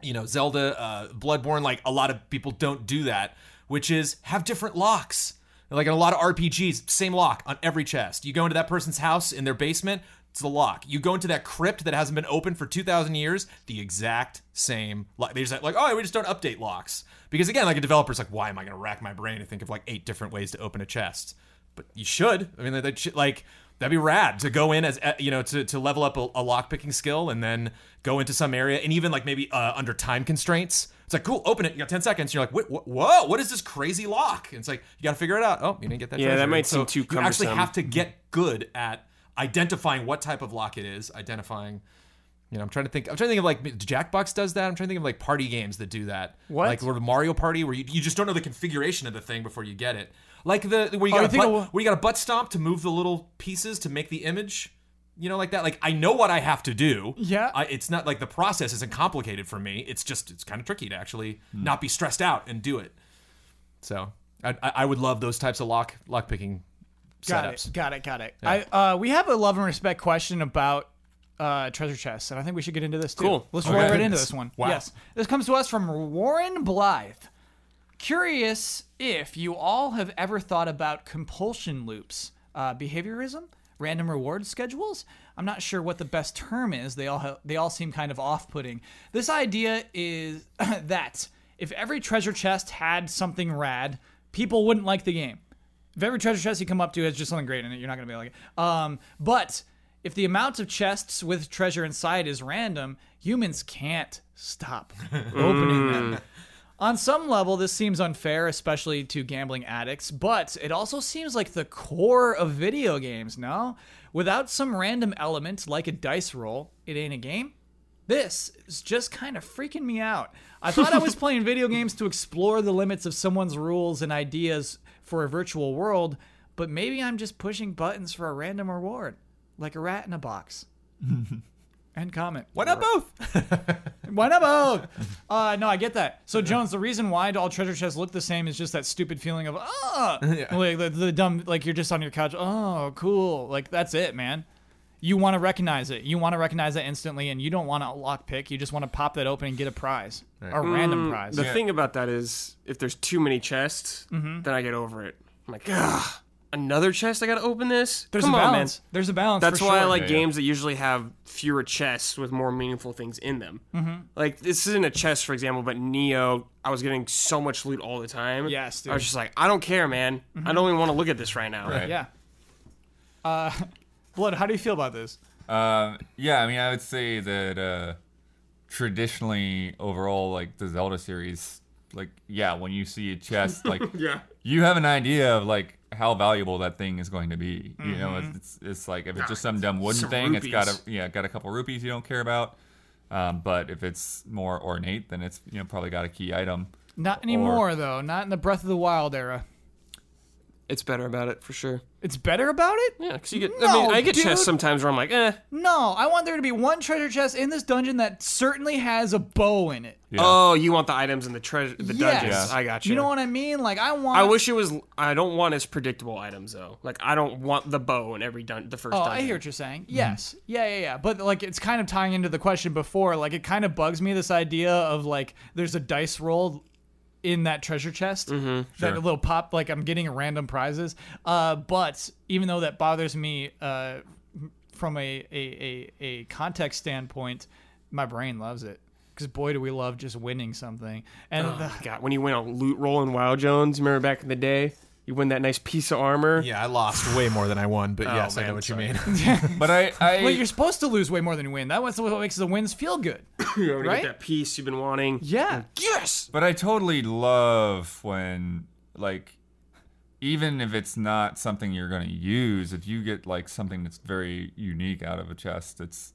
S4: you know, Zelda, uh, Bloodborne, like a lot of people don't do that, which is have different locks. Like in a lot of RPGs, same lock on every chest. You go into that person's house in their basement, it's the lock. You go into that crypt that hasn't been open for 2,000 years, the exact same lock. They just like, oh, we just don't update locks. Because again, like a developer's like, why am I going to rack my brain and think of like eight different ways to open a chest? but you should. I mean, that- that should, like that'd be rad to go in as uh, you know to, to level up a, a lock picking skill and then go into some area and even like maybe uh, under time constraints. It's like cool, open it. You got ten seconds. you're like, "Wh- wh- whoa, what is this crazy lock? And it's like you got to figure it out. Oh, you didn't get that.
S2: Yeah, that
S4: treasure.
S2: might seem
S4: So
S2: too
S4: You actually
S2: cumbersome.
S4: have to get good at identifying what type of lock it is. Identifying. You know, I'm trying to think. I'm trying to think of like Jackbox does that. I'm trying to think of like party games that do that.
S1: What?
S4: Like Lord of Mario Party, where you, you just don't know the configuration of the thing before you get it. Like the where you
S1: Oh,
S4: got
S1: I
S4: a
S1: think
S4: butt,
S1: I wa-
S4: where you got a butt stomp to move the little pieces to make the image. You know, like that. Like I know what I have to do.
S1: Yeah.
S4: I, it's not like the process isn't complicated for me. It's just it's kind of tricky to actually not be stressed out and do it. So I, I I would love those types of lock lock picking
S1: Got
S4: setups.
S1: it. Got it. Got it. I uh, we have a love and respect question about uh, treasure chests, and I think we should get into this too.
S2: Cool.
S1: Let's
S3: Okay.
S1: roll right into this one.
S4: Wow.
S1: Yes. This comes to us from Warren Blythe. Curious if you all have ever thought about compulsion loops, uh, behaviorism, random reward schedules. I'm not sure what the best term is. They all ha- they all seem kind of off-putting. This idea is [COUGHS] that if every treasure chest had something rad, people wouldn't like the game. If every treasure chest you come up to has just something great in it, you're not gonna be like it. Um, but if the amount of chests with treasure inside is random, humans can't stop opening them. On some level, this seems unfair, especially to gambling addicts, but it also seems like the core of video games, no? Without some random element like a dice roll, it ain't a game. This is just kind of freaking me out. I thought I was playing video games to explore the limits of someone's rules and ideas for a virtual world, but maybe I'm just pushing buttons for a random reward, like a rat in a box. End comment.
S4: Why not both?
S1: [LAUGHS] Why not
S4: [LAUGHS]
S1: both? Uh, no, I get that. So, Jones, the reason why all treasure chests look the same is just that stupid feeling of, oh,
S4: [LAUGHS]
S1: like the, the dumb, like you're just on your couch, oh, cool. Like, that's it, man. You want to recognize it. You want to recognize it instantly, and you don't want to lockpick. You just want to pop that open and get a prize, a random prize.
S2: Mm, The thing about that is, if there's too many chests,
S1: Mm-hmm.
S2: then I get over it. I'm like, ah, another chest. I gotta open this.
S1: There's
S2: Come
S1: a
S2: on, man.
S1: balance. There's a balance.
S2: That's
S1: for
S2: why I
S1: sure.
S2: like
S3: Yeah, yeah.
S2: games that usually have fewer chests with more meaningful things in them. Mm-hmm. Like this isn't a chest, for example, but Neo, I was getting so much loot all the time.
S1: Yes, dude. Mm-hmm.
S2: I was just like, I don't care, man. I don't even want to look at this right now.
S3: Right.
S1: Yeah. Uh, [LAUGHS] Blood, how do you feel about this?
S3: Um, yeah, I mean, I would say that uh, traditionally, overall, like the Zelda series, like yeah, when you see a [LAUGHS] chest, like
S2: Yeah.
S3: you have an idea of like how valuable that thing is going to be. You know, it's, it's it's like if it's just Mm-hmm. some dumb wooden
S2: some
S3: thing, it's got
S2: rupees.
S3: a yeah, got a couple rupees you don't care about. Um, but if it's more ornate, then it's you know probably got a key item.
S1: Not anymore, though. Not in the Breath of the Wild era.
S2: It's better about it for sure.
S1: It's better about it?
S2: Yeah, because you get. I
S1: No,
S2: mean, I get
S1: dude.
S2: chests sometimes where I'm like, eh.
S1: No, I want there to be one treasure chest in this dungeon that certainly has a bow in it.
S3: Yeah.
S2: Oh, you want the items in the treasure, the
S1: Yes.
S2: dungeons?
S3: Yeah.
S2: I got you.
S1: You know what I mean? Like I want.
S2: I wish it was. I don't want as predictable items though. Like I don't want the bow in every dun- the first.
S1: Oh,
S2: dungeon.
S1: I hear what you're saying.
S3: Mm-hmm.
S1: Yes. Yeah, yeah, yeah. But like, it's kind of tying into the question before. Like, it kind of bugs me this idea of like, there's a dice roll in that treasure chest.
S3: Mm-hmm.
S1: That little pop. Like, I'm getting random prizes. Uh, but even though that bothers me, uh, from a a a, a context standpoint, my brain loves it. Because boy, do we love just winning something. And the,
S2: Oh God, when you win a loot roll in WoW Jones, you remember back in the day, you win that nice piece of armor.
S4: Yeah, I lost way more than I won, but yes, I
S2: man,
S4: know what you [LAUGHS] mean.
S3: But I, I
S1: Well, you're supposed to lose way more than you win. That's what makes the wins feel good.
S2: You already
S1: Right?
S2: get that piece you've been wanting.
S1: Yeah.
S2: Yes.
S3: But I totally love when, like, even if it's not something you're going to use, if you get like something that's very unique out of a chest, it's,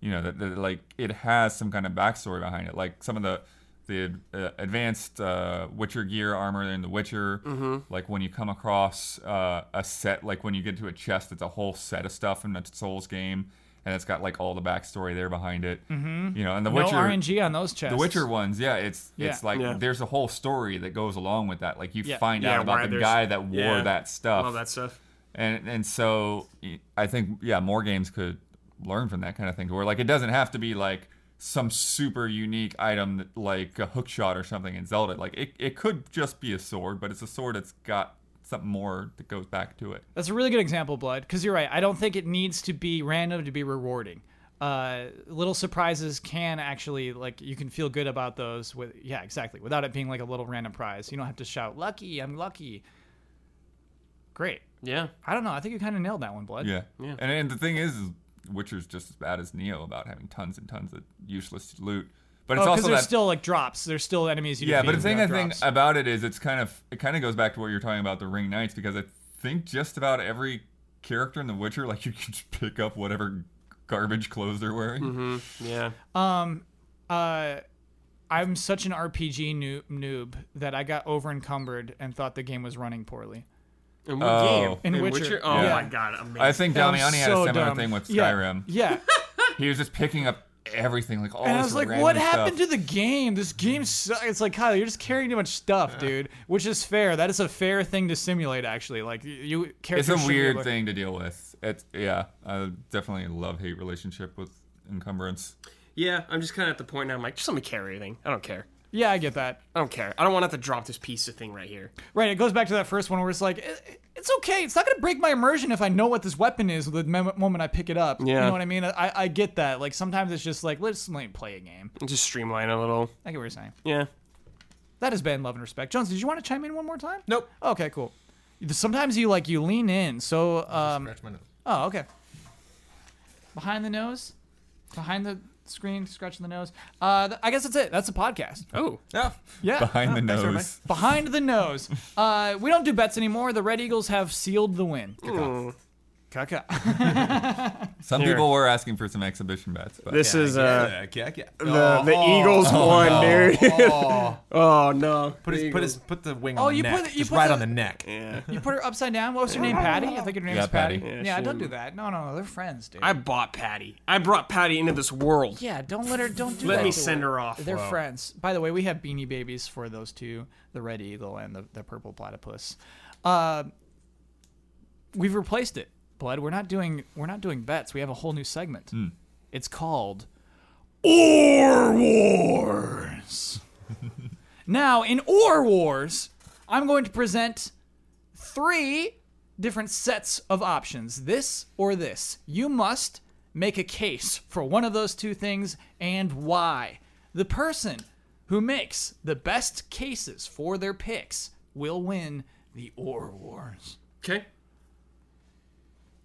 S3: you know, that, that like it has some kind of backstory behind it. Like some of the the uh, advanced uh, Witcher gear armor in The Witcher,
S1: Mm-hmm.
S3: like when you come across uh, a set, like when you get to a chest that's a whole set of stuff in the Souls game, and it's got like all the backstory there behind it. Mm-hmm. You know, and The
S1: No
S3: Witcher
S1: RNG on those chests.
S3: the Witcher ones, yeah, it's
S1: Yeah.
S3: it's like
S2: Yeah.
S3: there's a whole story that goes along with that. Like you
S1: Yeah.
S3: find
S2: Yeah,
S3: out
S2: why
S3: about the
S2: there's-
S3: guy that wore
S2: yeah.
S3: that stuff,
S2: Love that stuff.
S3: and and so y- I think yeah, more games could learn from that kind of thing. Where like it doesn't have to be like some super unique item that, like a hook shot or something in Zelda. Like it it could just be a sword, but it's a sword that's got something more that goes back to it.
S1: That's a really good example, Blood, because you're right. I don't think it needs to be random to be rewarding. Uh, little surprises can actually like you can feel good about those with yeah exactly without it being like a little random prize you don't have to shout lucky i'm lucky great
S2: Yeah.
S1: I don't know. I think you kind of nailed that one, Blood.
S3: Yeah.
S2: Yeah.
S3: And, and the thing is, is Witcher's just as bad as Neo about having tons and tons of useless loot. But it's
S1: Oh, because
S3: also
S1: there's
S3: that
S1: still like drops. There's still enemies you
S3: yeah.
S1: defeat
S3: But the thing I
S1: without
S3: think
S1: drops.
S3: about it is it's kind of it kind of goes back to what you're talking about the Ring Knights because I think just about every character in The Witcher like [LAUGHS] you can just pick up whatever garbage clothes they're wearing.
S2: Mm-hmm. Yeah.
S1: uh, I'm such an RPG noob, noob that I got over encumbered and thought the game was running poorly.
S2: In what
S3: Oh.
S2: game?
S1: In Witcher.
S2: Oh
S3: Yeah.
S2: my god, amazing.
S3: I think
S1: I'm
S3: Damiani had a
S1: so
S3: similar
S1: dumb.
S3: thing with
S1: Yeah.
S3: Skyrim.
S1: Yeah.
S3: He was just picking up everything like all
S1: And I
S3: this
S1: was like,
S3: random
S1: what
S3: stuff.
S1: happened to the game? This game sucks. It's like, Kyle, you're just carrying too much stuff, dude. Which is fair. That is a fair thing to simulate, actually. Like, you
S3: it's
S1: characters
S3: a
S1: should be
S3: weird
S1: able-
S3: thing to deal with. It's yeah, I definitely love hate relationship with encumbrance.
S2: Yeah, I'm just kind of at the point now. I'm like, just let me carry everything. I don't care.
S1: Yeah, I get that.
S2: I don't care. I don't want to have to drop this piece of thing right here.
S1: Right. It goes back to that first one where it's like, "It- it- it's okay. It's not going to break my immersion if I know what this weapon is the mem- moment I pick it up. You
S2: Yeah.
S1: know what I mean? I, I get that. Like, sometimes it's just like, let's let me play a game.
S2: And Just streamline a little.
S1: I get what you're saying.
S2: Yeah.
S1: That has been love and respect. Jones, did you want to chime in one more time?
S4: Nope.
S1: Okay, cool. Sometimes you like you lean in. So, um,
S4: Scratch my nose.
S1: oh, okay. Behind the nose, behind the screen, scratching the nose. Uh, th- I guess that's it. That's the podcast.
S2: Oh.
S4: Yeah.
S1: Yeah. Oh,
S3: Behind the
S4: thanks, everybody.
S3: nose.
S1: Behind the nose. Uh, we don't do bets anymore. The Red Eagles have sealed the win.
S2: Mm.
S1: Kaka.
S3: Some
S2: Here.
S3: people were asking for some exhibition bets, but
S2: This is uh
S4: yeah, yeah, Oh, yeah.
S2: the the
S1: Oh,
S2: Eagles won, dude.
S4: Oh,
S2: [LAUGHS] oh no.
S4: put his,
S2: The
S4: put
S2: Eagles.
S4: his, put the wing
S1: Oh,
S4: on the
S1: you
S4: neck.
S1: put the- you
S4: just
S1: put
S4: right
S1: the-
S4: on the neck.
S1: You put her upside down. What was her name? Patty? I think her name
S3: Yeah,
S1: is Patty.
S3: Patty.
S1: Yeah,
S2: Yeah, she-
S1: don't do that. No, no, no. They're friends, dude.
S2: I bought Patty. I brought Patty into this world.
S1: yeah, don't let her. Don't do that.
S2: Let me
S1: to
S2: send her off.
S1: They're friends. By the way, we have beanie babies for those two the red eagle and the, the purple platypus. Uh, we've replaced it, Blood. We're not doing we're not doing bets. We have a whole new segment. It's called Or Wars. now, in Or Wars, I'm going to present three different sets of options this or this. You must make a case for one of those two things and why. The person who makes the best cases for their picks will win the Or Wars.
S2: Okay.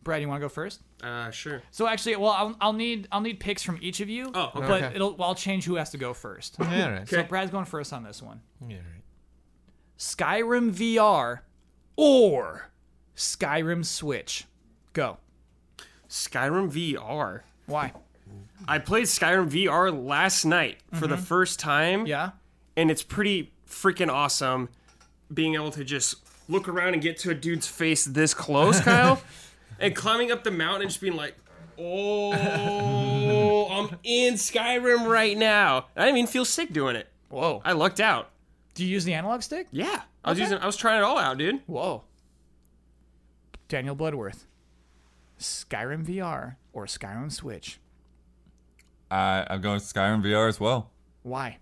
S1: Brad, you want to go first?
S2: Uh sure.
S1: So actually, well, I'll, I'll need I'll need picks from each of you.
S2: Oh, okay.
S1: but
S4: Okay.
S1: it'll well, I'll change who has to go first.
S4: [LAUGHS] Yeah, all right.
S1: So Brad's going first on this one.
S4: Yeah, all right.
S1: Skyrim VR or Skyrim Switch. Go.
S2: Skyrim VR.
S1: Why?
S2: I played Skyrim VR last night for the first time.
S1: Yeah.
S2: and it's pretty freaking awesome being able to just look around and get to a dude's face this close, [LAUGHS] Kyle, and climbing up the mountain and just being like, [LAUGHS] "Oh, I'm in Skyrim right now." I didn't even feel sick doing it.
S1: Whoa.
S2: I lucked out.
S1: Do you use the analog stick?
S2: Yeah, I was using. I was trying it all out, dude.
S1: Whoa. Daniel Bloodworth. Skyrim VR or Skyrim Switch?
S3: I, I'm going with Skyrim VR as well.
S1: Why?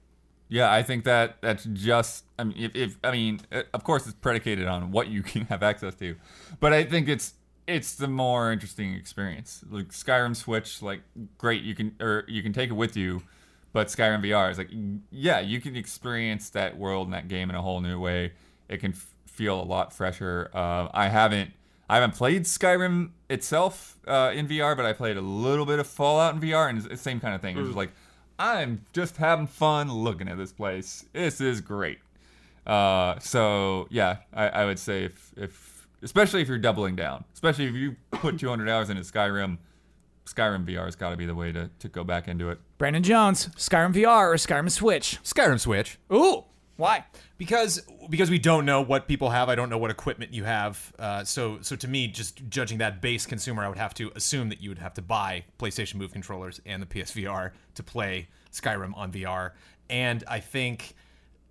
S3: Yeah, I think that that's just. I mean, if, if I mean, uh, of course, it's predicated on what you [LAUGHS] can have access to, but I think it's it's the more interesting experience. Like Skyrim Switch, like great, you can or you can take it with you, but Skyrim VR is like, yeah, you can experience that world and that game in a whole new way. It can f- feel a lot fresher. Uh, I haven't I haven't played Skyrim itself uh, in VR, but I played a little bit of Fallout in VR, and it's the same kind of thing. It's just like I'm just having fun looking at this place. This is great. Uh, so yeah, I, I would say if, if especially if you're doubling down, especially if you put 200 hours into Skyrim, Skyrim VR has got to be the way to, to go back into it.
S1: Brandon Jones, Skyrim VR or Skyrim Switch?
S4: Skyrim Switch.
S1: Ooh, why?
S4: because because we don't know what people have i don't know what equipment you have uh, so so to me just judging that base consumer i would have to assume that you would have to buy playstation move controllers and the psvr to play skyrim on vr and i think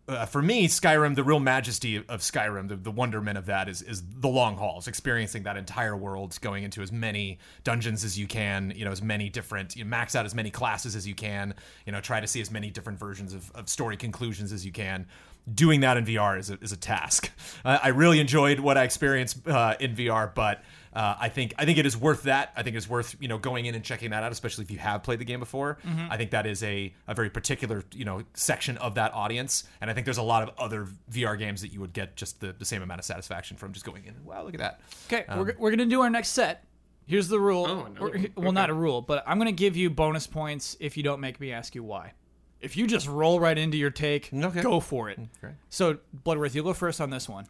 S4: uh, for me, Skyrim, the real majesty of Skyrim, the, the wonderment of that is is the long hauls, experiencing that entire world, going into as many dungeons as you can, you know, as many different, you know, max out as many classes as you can, you know, try to see as many different versions of, of story conclusions as you can. Doing that in VR is a, is a task. Uh, I really enjoyed what I experienced uh, in VR, but Uh, I think I think it is worth that. I think it's worth you know going in and checking that out, especially if you have played the game before. I think that is a, a very particular you know section of that audience, and I think there's a lot of other VR games that you would get just the, the same amount of satisfaction from just going in. and, Wow, look at that.
S1: Okay,
S4: Um,
S1: we're, g- we're gonna do our next set. Here's the rule. We're- Well, not a rule, but I'm gonna give you bonus points if you don't make me ask you why. If you just roll right into your take,
S4: Okay. Mm,
S1: go for it.
S4: great.
S1: So, Bloodworth, you go first on this one.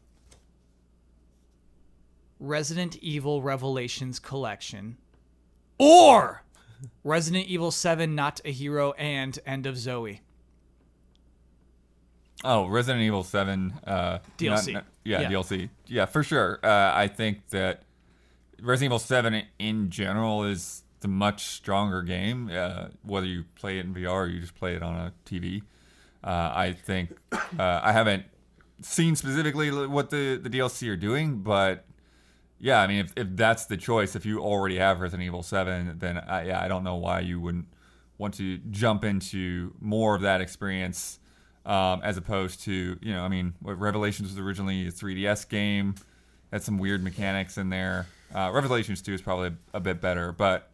S1: Resident Evil Revelations Collection, or Resident Evil Seven: Not a Hero and End of Zoe.
S3: Oh, Resident Evil Seven uh,
S1: DLC.
S3: yeah,
S1: Yeah.
S3: DLC. Yeah, for sure. Uh, I think that Resident Evil Seven in general is the much stronger game. Uh, whether you play it in VR or you just play it on a TV, uh, I think uh, I haven't seen specifically li- what the the DLC are doing, but yeah, I mean, if if that's the choice, if you already have Resident Evil Seven, then I, yeah, I don't know why you wouldn't want to jump into more of that experience um, as opposed to you know, I mean, what Revelations was originally a 3DS game, had some weird mechanics in there. Uh, Revelations Two is probably a, bit better, but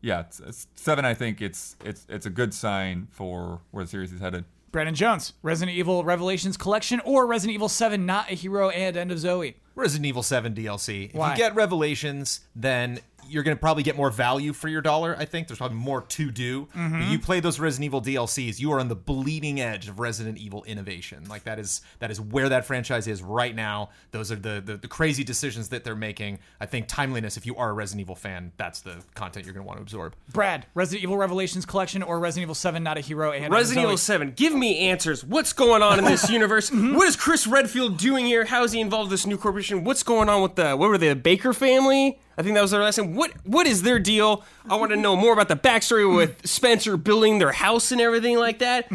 S3: yeah, it's, it's seven. I think it's it's it's a good sign for where the series is headed.
S1: Brandon Jones, Resident Evil Revelations Collection, or Resident Evil Seven: Not a Hero and End of Zoe.
S4: Resident Evil 7 DLC. If
S1: Why?
S4: you get Revelations, then you're going to probably get more value for your dollar, I think. There's probably more to do.
S1: Mm-hmm.
S4: But you play those Resident Evil DLCs, you are on the bleeding edge of Resident Evil innovation. Like that is that is where that franchise is right now. Those are the the, the crazy decisions that they're making. I think timeliness if you are a Resident Evil fan, that's the content you're going to want to absorb.
S1: Brad, Resident Evil Revelations Collection or Resident Evil 7 Not a Hero and
S2: Resident
S1: Zoe.
S2: Evil 7, give me answers. What's going on in this universe? What is Chris Redfield doing here? How is he involved with this new corporation? What's going on with the, what were they, the Baker family? I think that was their last name. What, what is their deal? I want to know more about the backstory with Spencer building their house and everything like that.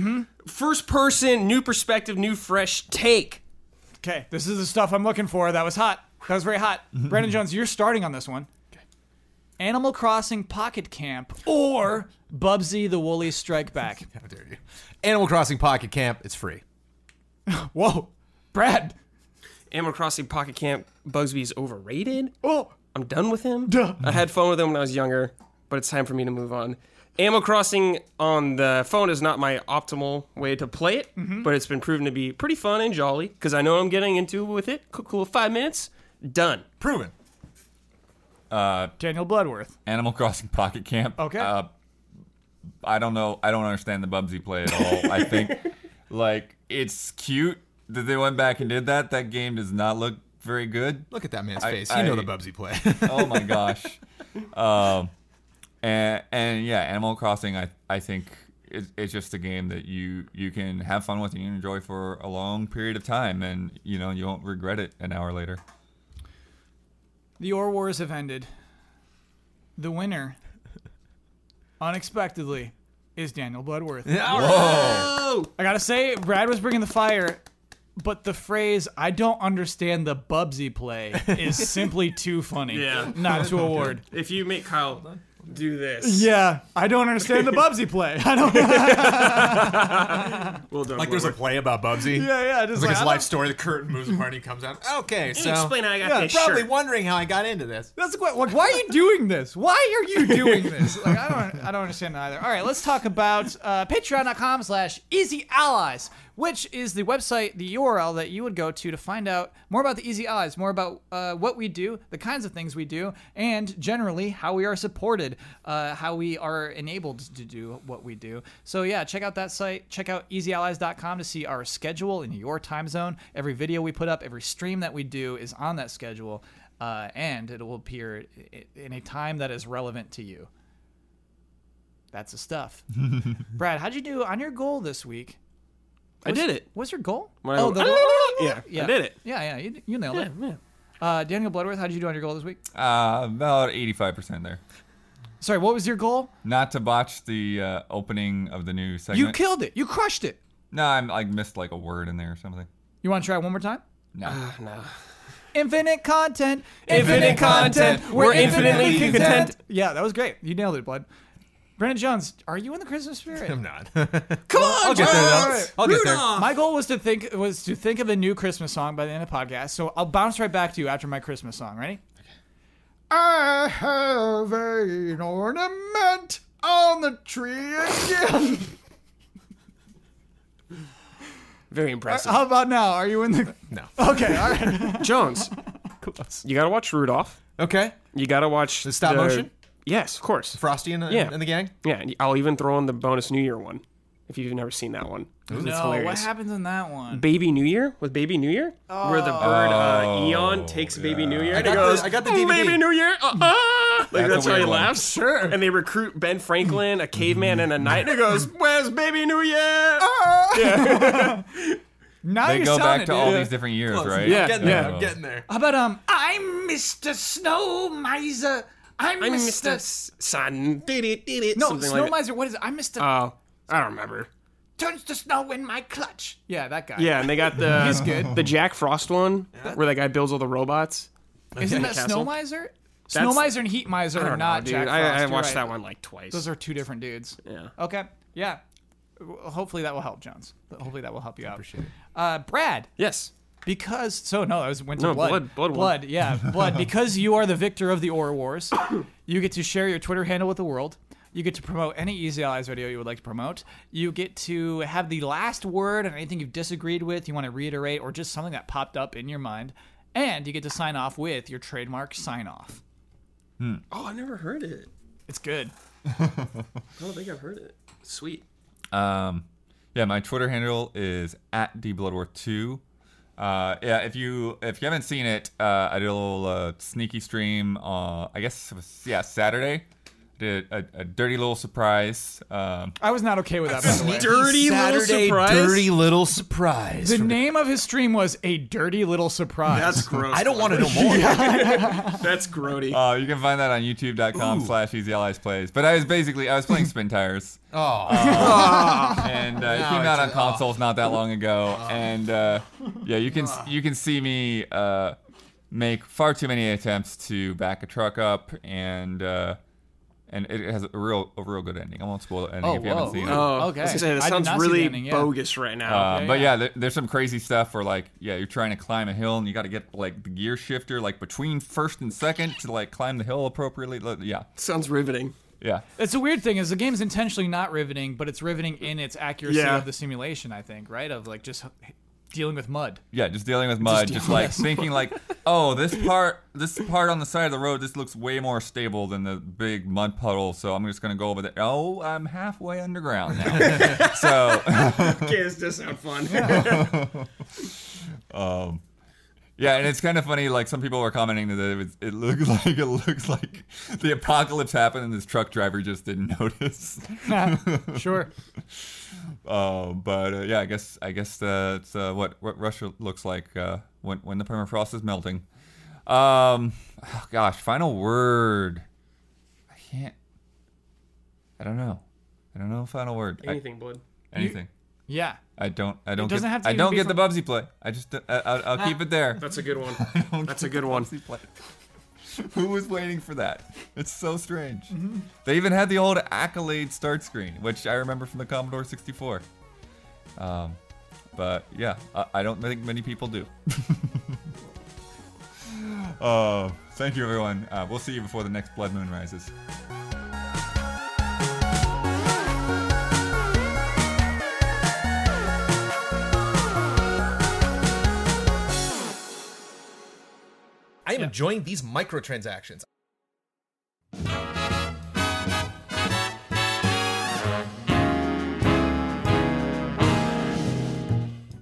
S2: First person, new perspective, new fresh take.
S1: Okay, this is the stuff I'm looking for. That was hot. That was very
S2: [LAUGHS]
S1: hot.
S2: Mm-hmm.
S1: Brandon Jones, you're starting on this one. Animal Crossing Pocket Camp or Bubsy the Woolly Strike
S2: [LAUGHS]
S1: Back.
S4: How dare you. Animal Crossing Pocket Camp, it's free.
S1: Whoa, Brad.
S2: Animal Crossing Pocket Camp, Bugsby is overrated.
S1: Oh,
S2: I'm done with him. I had fun with him when I was younger, but it's time for me to move on. Animal Crossing on the phone is not my optimal way to play it,
S4: Mm-hmm.
S2: but it's been proven to be pretty fun and jolly because I know what I'm getting into with it. Cool, cool five minutes, done.
S4: Proven.
S1: Daniel Bloodworth.
S3: Animal [LAUGHS] Crossing Pocket Camp.
S1: Okay.
S3: Uh, I don't know. I don't understand the Bubsy play at all. I think like it's cute that they went back and did that. That game does not look very good.
S4: Look at that man's
S3: I-
S4: face. You know
S3: I-
S4: the Bubsy play. [LAUGHS]
S3: oh my gosh. Um, and, and yeah, Animal Crossing, I I think it, it's just a game that you you can have fun with and you enjoy for a long period of time, and you know you won't regret it an hour later.
S1: The Or Wars have ended. The
S2: [LAUGHS]
S1: winner, unexpectedly, is Daniel Bloodworth. I gotta say, Brad was bringing the fire, but the phrase "I don't understand the Bubsy play"
S4: [LAUGHS]
S1: is simply too funny.
S2: [LAUGHS] Yeah.
S1: not to award.
S2: If you make Kyle do this,
S1: Yeah, I don't understand the Bubsy play. [LAUGHS] I don't.
S2: well done.
S4: like there's a play about Bubsy.
S1: yeah, just
S4: It's like his life story. The curtain moves apart and he comes out. Okay, so
S2: explain how I got
S4: yeah,
S2: this
S4: Probably
S2: shirt.
S4: wondering how I got into this.
S1: That's the question. Like, why are you doing this? Why are you doing this? Like, I don't, I don't understand either. All right, let's talk about uh, patreon.com slash easy allies, which is the website, the URL that you would go to to find out more about the Easy Allies, more about uh, what we do, the kinds of things we do, and generally how we are supported, uh, how we are enabled to do what we do. So, yeah, check out that site. Check out easyallies.com to see our schedule in your time zone. Every video we put up, every stream that we do is on that schedule uh, and it will appear i- in a time that is relevant to you. That's the stuff. Brad, how'd you do on your goal this week?
S2: I did it.
S1: What's your goal? Oh,
S2: When I-
S1: the
S2: [LAUGHS] yeah, I did it.
S1: Yeah, yeah, you, you nailed it. Uh, Daniel Bloodworth, how'd you do on your goal this week?
S3: Uh, about eighty five percent there.
S1: Sorry, what was your goal?
S3: Not to botch the uh, opening of the new segment.
S1: You killed it. You crushed it.
S3: no, I'm like missed like a word in there or something.
S1: You want to try it one more time?
S3: No.
S1: Ah. Infinite content.
S2: Infinite content. We're infinitely content.
S1: Yeah, that was great. You nailed it, Bud. Brandon Jones, are you in the Christmas spirit?
S5: [LAUGHS]
S4: I'm not. I'll
S2: Come on,
S4: get there
S2: Joe!
S4: though. I'll get there.
S1: My goal was to think was to think of a new Christmas song by the end of the podcast. So I'll bounce right back to you after my Christmas song. Ready? I have an ornament on the tree again.
S2: Very
S4: Uh,
S2: impressive.
S1: [LAUGHS] How about now? Are you in the?
S4: No.
S1: Okay, all right.
S4: uh, [LAUGHS]
S2: Jones, you gotta watch Rudolph.
S4: Okay.
S2: You gotta watch
S4: The stop motion?
S2: Yes, of course.
S4: Frosty and,
S2: Yeah.
S4: and the gang.
S2: Yeah, and I'll even throw in the bonus New Year one if you've never seen that one. It's
S1: No, what happens in that one?
S2: Baby New Year with Baby New Year, where the bird uh, Eon takes Baby New Year. and
S4: got
S2: it
S4: the-
S2: goes,
S4: Oh. I got the
S2: "Oh,
S4: DVD."
S2: Baby New Year.
S4: Hmm.
S2: Uh, ah!" Like
S3: That's a
S2: that's, how
S3: weird
S2: he
S3: one.
S2: laughs. Sure. And they recruit Ben Franklin, a caveman, and a
S4: Hmm.
S2: knight. And it goes, "Where's Baby New Year?"
S1: Oh, Now
S3: They
S1: you're
S3: go back
S1: sounding
S3: to
S1: it,
S3: all
S1: dude.
S3: these different years, right?
S2: Yeah,
S4: I'm getting there.
S2: yeah.
S4: I'm getting there.
S1: How about um? I'm Mr. Snow Miser. I'm,
S2: I'm
S1: Mr.
S2: Mr. S- Sun. Did it, did it.
S1: No,
S2: something
S1: Snow
S2: like that.
S1: Miser. What is it? I'm Mr.
S2: Oh, I don't remember.
S1: Turns to snow in my clutch. Yeah, that guy.
S2: Yeah, and they got the the Jack Frost one where that guy builds all the robots.
S1: Isn't that
S2: Castle.
S1: Snow Miser? Snow
S2: That's-
S1: Miser and Heat Miser
S2: I
S1: are
S2: don't
S1: not
S2: know, dude.
S1: Jack Frost.
S2: I, I
S1: you're
S2: watched
S1: right.
S2: that one like twice.
S1: Those are two different dudes.
S2: Yeah.
S1: Okay. Yeah. W- Hopefully that will help, Jones. Hopefully that will help you out. Appreciate it. Uh, Brad,
S2: yes.
S1: because so no, that was went to
S2: No,
S1: blood.
S2: blood- blood one. [LAUGHS]
S1: yeah, blood. Because you are the victor of the Aura Wars, [COUGHS] you get to share your Twitter handle with the world. You get to promote any Easy Allies video you would like to promote. You get to have the last word on anything you've disagreed with, you want to reiterate, or just something that popped up in your mind. And you get to sign off with your trademark sign off.
S2: Oh, I never heard it.
S1: It's good.
S2: I don't think I've heard it. Sweet.
S3: Um, yeah, my Twitter handle is at dbloodwar2. Uh, yeah, if you if you haven't seen it, uh, I did a little uh, sneaky stream. Uh, I guess it was yeah Saturday. Did a, a dirty little surprise. Um,
S1: I was not okay with that. By the way.
S2: Dirty little
S4: Saturday,
S2: surprise.
S4: dirty little surprise.
S1: The
S4: from-
S1: name of his stream was a dirty little surprise.
S2: [LAUGHS] That's gross.
S4: I don't want to know more.
S2: That's grody.
S3: uh, you can find that on youtube.com slash easy allies plays. But I was basically I was
S1: [LAUGHS]
S3: playing spin tires.
S4: Oh,
S3: and uh, it came out on consoles not that long ago.
S1: Oh.
S3: and uh, yeah, you can you can see me uh, make far too many attempts to back a truck up, and uh, and it has a real a real good ending. I won't spoil the ending
S1: Oh,
S3: if you haven't
S1: whoa.
S3: seen it.
S2: oh, I was
S1: Okay.
S2: gonna say, that
S1: I did
S2: sounds
S1: not see
S2: really
S1: the ending, yeah.
S2: bogus right now.
S3: Uh,
S1: yeah,
S3: but
S1: yeah.
S3: yeah, there, there's some crazy stuff where like yeah, you're trying to climb a hill and you got to get like the gear shifter like between first and second to like climb the hill appropriately. Like, Yeah,
S2: sounds riveting.
S3: yeah.
S1: That's the weird thing is the game's intentionally not riveting, but it's riveting in its accuracy
S2: Yeah.
S1: of the simulation. I think right of like just h- dealing with mud. [LAUGHS]
S3: Yeah, just dealing with mud, just, like
S1: yes.
S3: thinking like, oh, this part, this part on the side of the road, this looks way more stable than the big mud puddle, so I'm just gonna go over there. Oh, I'm halfway underground now. [LAUGHS] so,
S2: Kids, this sound fun.
S3: yeah, and it's kind of funny. Like some people were commenting that it, was, it looked [LAUGHS] like it looks like the apocalypse happened, and this truck driver just didn't [LAUGHS] notice.
S1: Sure.
S3: Uh, but uh, yeah, I guess I guess uh, it's uh, what what Russia looks like uh, when when the permafrost is melting. Um, oh, gosh, final word. I can't. I don't know. I don't know. Final word.
S2: [LAUGHS]
S3: I-
S2: Anything, bud.
S3: anything.
S1: Yeah.
S3: I don't. I don't.
S1: doesn't
S3: get,
S1: have to
S3: I
S1: even
S3: don't
S1: be
S3: get
S1: from-
S3: the Bubsy play. I just. I, I'll, I'll keep it there.
S2: That's a good [LAUGHS] one. That's a good one.
S3: Bubsy play. [LAUGHS] Who was waiting for that? It's so strange. They even had the old accolade start screen, which I remember from the Commodore 64. Um, but yeah, I, I don't think many people do. [LAUGHS] uh, thank you, everyone. Uh, we'll see you before the next Blood Moon rises.
S4: I am enjoying these microtransactions.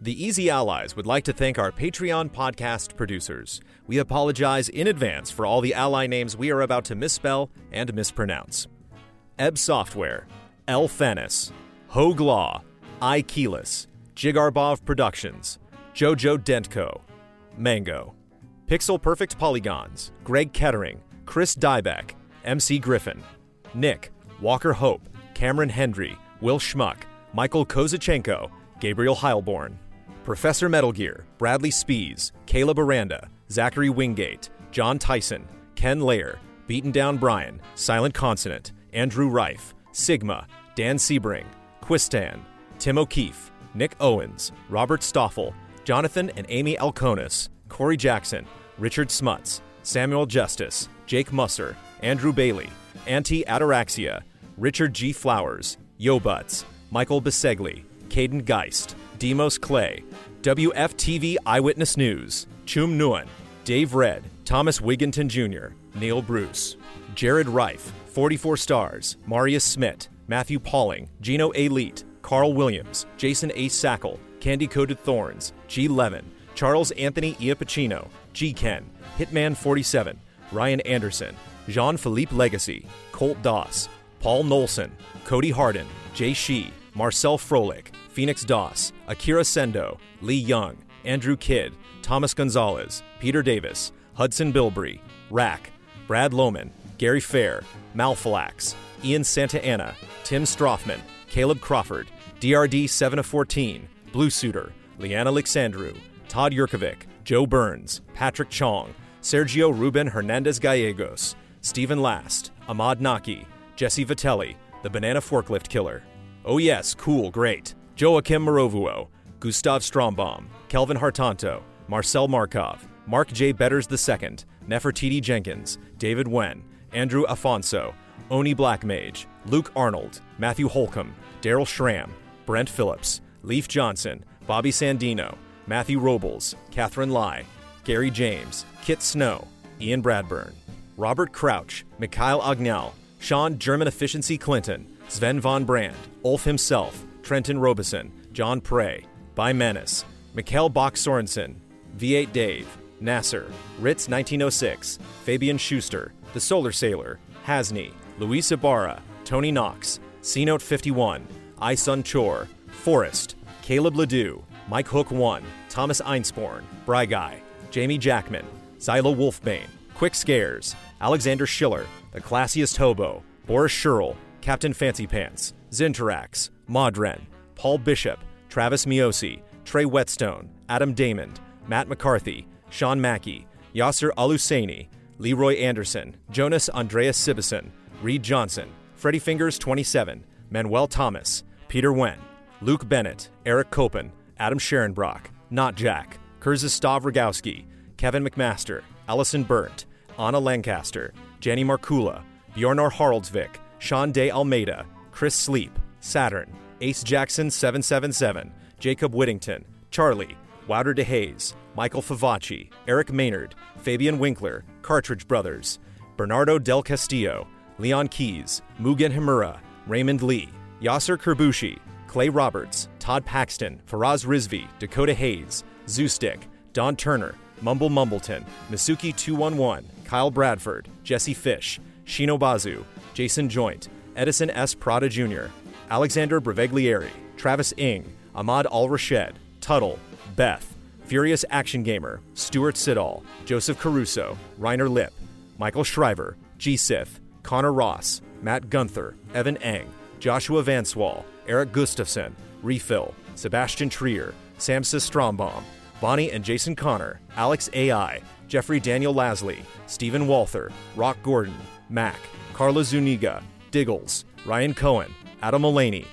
S6: The Easy Allies would like to thank our Patreon podcast producers. We apologize in advance for all the ally names we are about to misspell and mispronounce. Ebb Software, El Fanis, Hoag Law, I Keyless, Jigarbov Productions, Jojo Dentko, Mango, Pixel Perfect Polygons, Greg Kettering, Chris Dyback, MC Griffin, Nick, Walker Hope, Cameron Hendry, Will Schmuck, Michael Kozachenko, Gabriel Heilborn, Professor Metal Gear, Bradley Spees, Caleb Aranda, Zachary Wingate, John Tyson, Ken Lair, Beaten Down Brian, Silent Consonant, Andrew Reif, Sigma, Dan Sebring, Quistan, Tim O'Keefe, Nick Owens, Robert Stoffel, Jonathan and Amy Alconis, Corey Jackson, Richard Smuts, Samuel Justice, Jake Musser, Andrew Bailey, Anti Ataraxia, Richard G. Flowers, Yobutz, Michael Bisegli, Caden Geist, Demos Clay, WFTV Eyewitness News, Chum Nguyen, Dave Red, Thomas Wigginton Jr., Neil Bruce, Jared Reif, 44 Stars, Marius Smith, Matthew Pauling, Gino A. Leet, Carl Williams, Jason A. Sackle, Candy Coated Thorns, G. Lemon, Charles Anthony Iapicino, G. Ken, Hitman 47, Ryan Anderson, Jean Philippe Legacy, Colt Doss, Paul Nolson, Cody Hardin, Jay Shee, Marcel Froelich, Phoenix Doss, Akira Sendo, Lee Young, Andrew Kidd, Thomas Gonzalez, Peter Davis, Hudson Bilbrey, Rack, Brad Lohman, Gary Fair, Malfalax, Ian Santa Anna, Tim Strothman, Caleb Crawford, DRD 7 of 14, Blue Suitor, Leanna Alexandru, Todd Yurkovic, Joe Burns, Patrick Chong, Sergio Ruben Hernandez Gallegos, Stephen Last, Ahmad Naki, Jesse Vitelli, The Banana Forklift Killer. Oh yes, cool, great. Joachim Morovuo, Gustav Strombaum, Kelvin Hartanto, Marcel Markov, Mark J. Betters II, Nefertiti Jenkins, David Wen, Andrew Afonso, Oni Blackmage, Luke Arnold, Matthew Holcomb, Daryl Schramm, Brent Phillips, Leaf Johnson, Bobby Sandino, Matthew Robles, Catherine Lai, Gary James, Kit Snow, Ian Bradburn, Robert Crouch, Mikhail Ognal, Sean German Efficiency Clinton, Sven von Brand, Ulf himself, Trenton Robeson, John Prey, By Menace, Mikhail Bach Sorensen, V8 Dave, Nasser, Ritz 1906, Fabian Schuster, The Solar Sailor, Hasney, Luis Ibarra, Tony Knox, C Note 51, Isun Chor, Forrest, Caleb Ledoux, Mike Hook 1, Thomas Einsporn, Bry Guy, Jamie Jackman, Zyla Wolfbane, Quick Scares, Alexander Schiller, The Classiest Hobo, Boris Sherrill, Captain Fancy Pants, Zinterax, Modren, Paul Bishop, Travis Miosi, Trey Whetstone, Adam Damon, Matt McCarthy, Sean Mackey, Yasser Alusaini, Leroy Anderson, Jonas Andreas Sibison, Reed Johnson, Freddie Fingers 27, Manuel Thomas, Peter Wen, Luke Bennett, Eric Copen, Adam Scherenbrock, Not Jack, Kurzistav Rogowski, Kevin McMaster, Allison Burnt, Anna Lancaster, Jenny Markula, Bjornor Haraldsvik, Sean Day Almeida, Chris Sleep, Saturn, Ace Jackson 777, Jacob Whittington, Charlie, Wouter DeHaze, Michael Favacci, Eric Maynard, Fabian Winkler, Cartridge Brothers, Bernardo Del Castillo, Leon Keys, Mugen Himura, Raymond Lee, Yasser Kerbushi, Clay Roberts, Todd Paxton, Faraz Rizvi, Dakota Hayes, Zoostick, Don Turner, Mumble Mumbleton, Misuki211, Kyle Bradford, Jesse Fish, Shinobazu, Jason Joint, Edison S. Prada Jr., Alexander Breveglieri, Travis Ing, Ahmad Al Rashed, Tuttle, Beth, Furious Action Gamer, Stuart Siddall, Joseph Caruso, Reiner Lip, Michael Shriver, G. Sith, Connor Ross, Matt Gunther, Evan Eng, Joshua Vanswall, Eric Gustafson, Refill, Sebastian Trier, Samsa Strombaum, Bonnie and Jason Connor, Alex A.I., Jeffrey Daniel Lasley, Stephen Walther, Rock Gordon, Mac, Carla Zuniga, Diggles, Ryan Cohen, Adam Mulaney,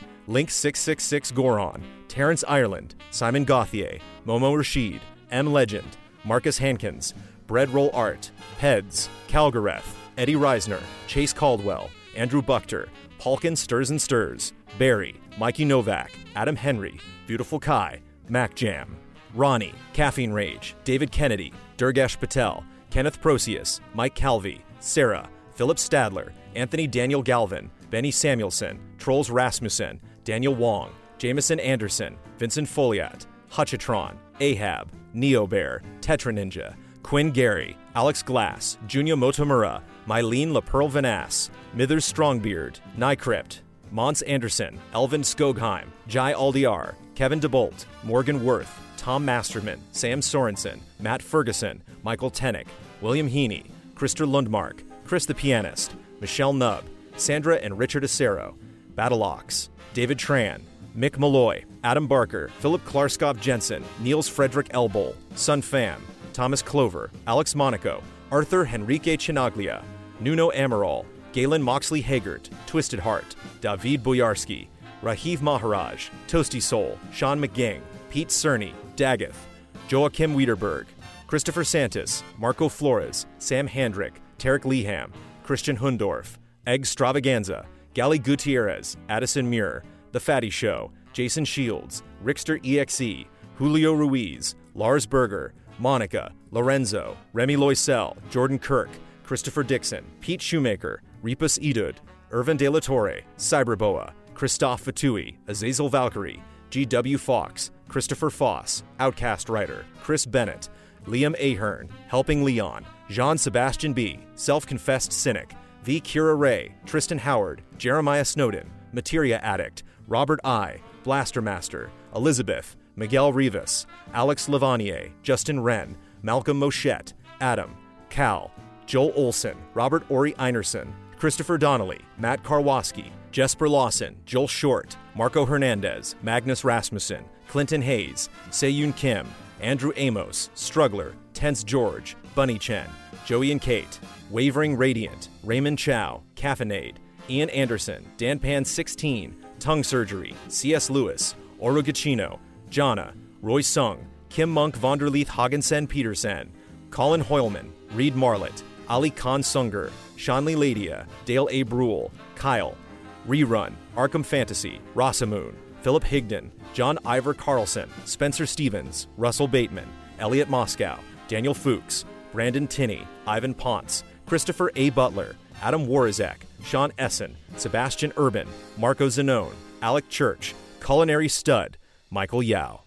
S6: Link666 Goron, Terrence Ireland, Simon Gauthier, Momo Rashid, M. Legend, Marcus Hankins, Bread Roll Art, Peds, Calgareth, Eddie Reisner, Chase Caldwell, Andrew Buckter, Palkin Stirs and Stirs, Barry, Mikey Novak, Adam Henry, Beautiful Kai, Mac Jam, Ronnie, Caffeine Rage, David Kennedy, Durgesh Patel, Kenneth Procius, Mike Calvi, Sarah, Philip Stadler, Anthony Daniel Galvin, Benny Samuelson, Trolls Rasmussen, Daniel Wong, Jameson Anderson, Vincent Foliat, Hutchitron, Ahab, NeoBear, Tetra Ninja, Quinn Gary, Alex Glass, Junya Motomura, Mylene LaPearl Vanass, Mithers Strongbeard, Nycrypt, Mons Anderson, Elvin Skogheim, Jai Aldiar, Kevin DeBolt, Morgan Worth, Tom Masterman, Sam Sorensen, Matt Ferguson, Michael Tenick, William Heaney, Krister Lundmark, Chris the Pianist, Michelle Nubb, Sandra and Richard Acero, Battleox, David Tran, Mick Malloy, Adam Barker, Philip Klarskov Jensen, Niels Frederick Elbol, Sun Pham, Thomas Clover, Alex Monaco, Arthur Henrique Chinaglia, Nuno Amaral, Galen Moxley Hagert, Twisted Heart, David Boyarsky, Rahiv Maharaj, Toasty Soul, Sean McGing, Pete Cerny, Dagath, Joachim Wiederberg, Christopher Santis, Marco Flores, Sam Handrick, Tarek Leham, Christian Hundorf, Egg Stravaganza, Gally Gutierrez, Addison Muir, The Fatty Show, Jason Shields, Rickster EXE, Julio Ruiz, Lars Berger, Monica, Lorenzo, Remy Loisel, Jordan Kirk, Christopher Dixon, Pete Shoemaker, Repus Edud, Irvin De La Torre, Cyberboa, Christoph Fatui, Azazel Valkyrie, G.W. Fox, Christopher Foss, Outcast Writer, Chris Bennett, Liam Ahern, Helping Leon, Jean Sebastian B., Self Confessed Cynic, V. Kira Ray, Tristan Howard, Jeremiah Snowden, Materia Addict, Robert I., Blaster Master, Elizabeth, Miguel Rivas, Alex Lavanier, Justin Wren, Malcolm Moschette, Adam, Cal, Joel Olson, Robert Ori Einerson, Christopher Donnelly, Matt Karwaski, Jesper Lawson, Joel Short, Marco Hernandez, Magnus Rasmussen, Clinton Hayes, Seyun Kim, Andrew Amos, Struggler, Tense George, Bunny Chen, Joey and Kate, Wavering Radiant, Raymond Chow, Caffeinade, Ian Anderson, Dan Pan 16, Tongue Surgery, C.S. Lewis, Orugachino, Jana, Roy Sung, Kim Monk Vonderleith Hagensen Petersen, Colin Hoylman, Reed Marlett, Ali Khan Sunger, Shanley Ladia, Dale A. Brule, Kyle, Rerun, Arkham Fantasy, Rossamoon, Philip Higdon, John Ivor Carlson, Spencer Stevens, Russell Bateman, Elliot Moscow, Daniel Fuchs, Brandon Tinney, Ivan Ponce, Christopher A. Butler, Adam Warizek, Sean Essen, Sebastian Urban, Marco Zanone, Alec Church, Culinary Stud, Michael Yao.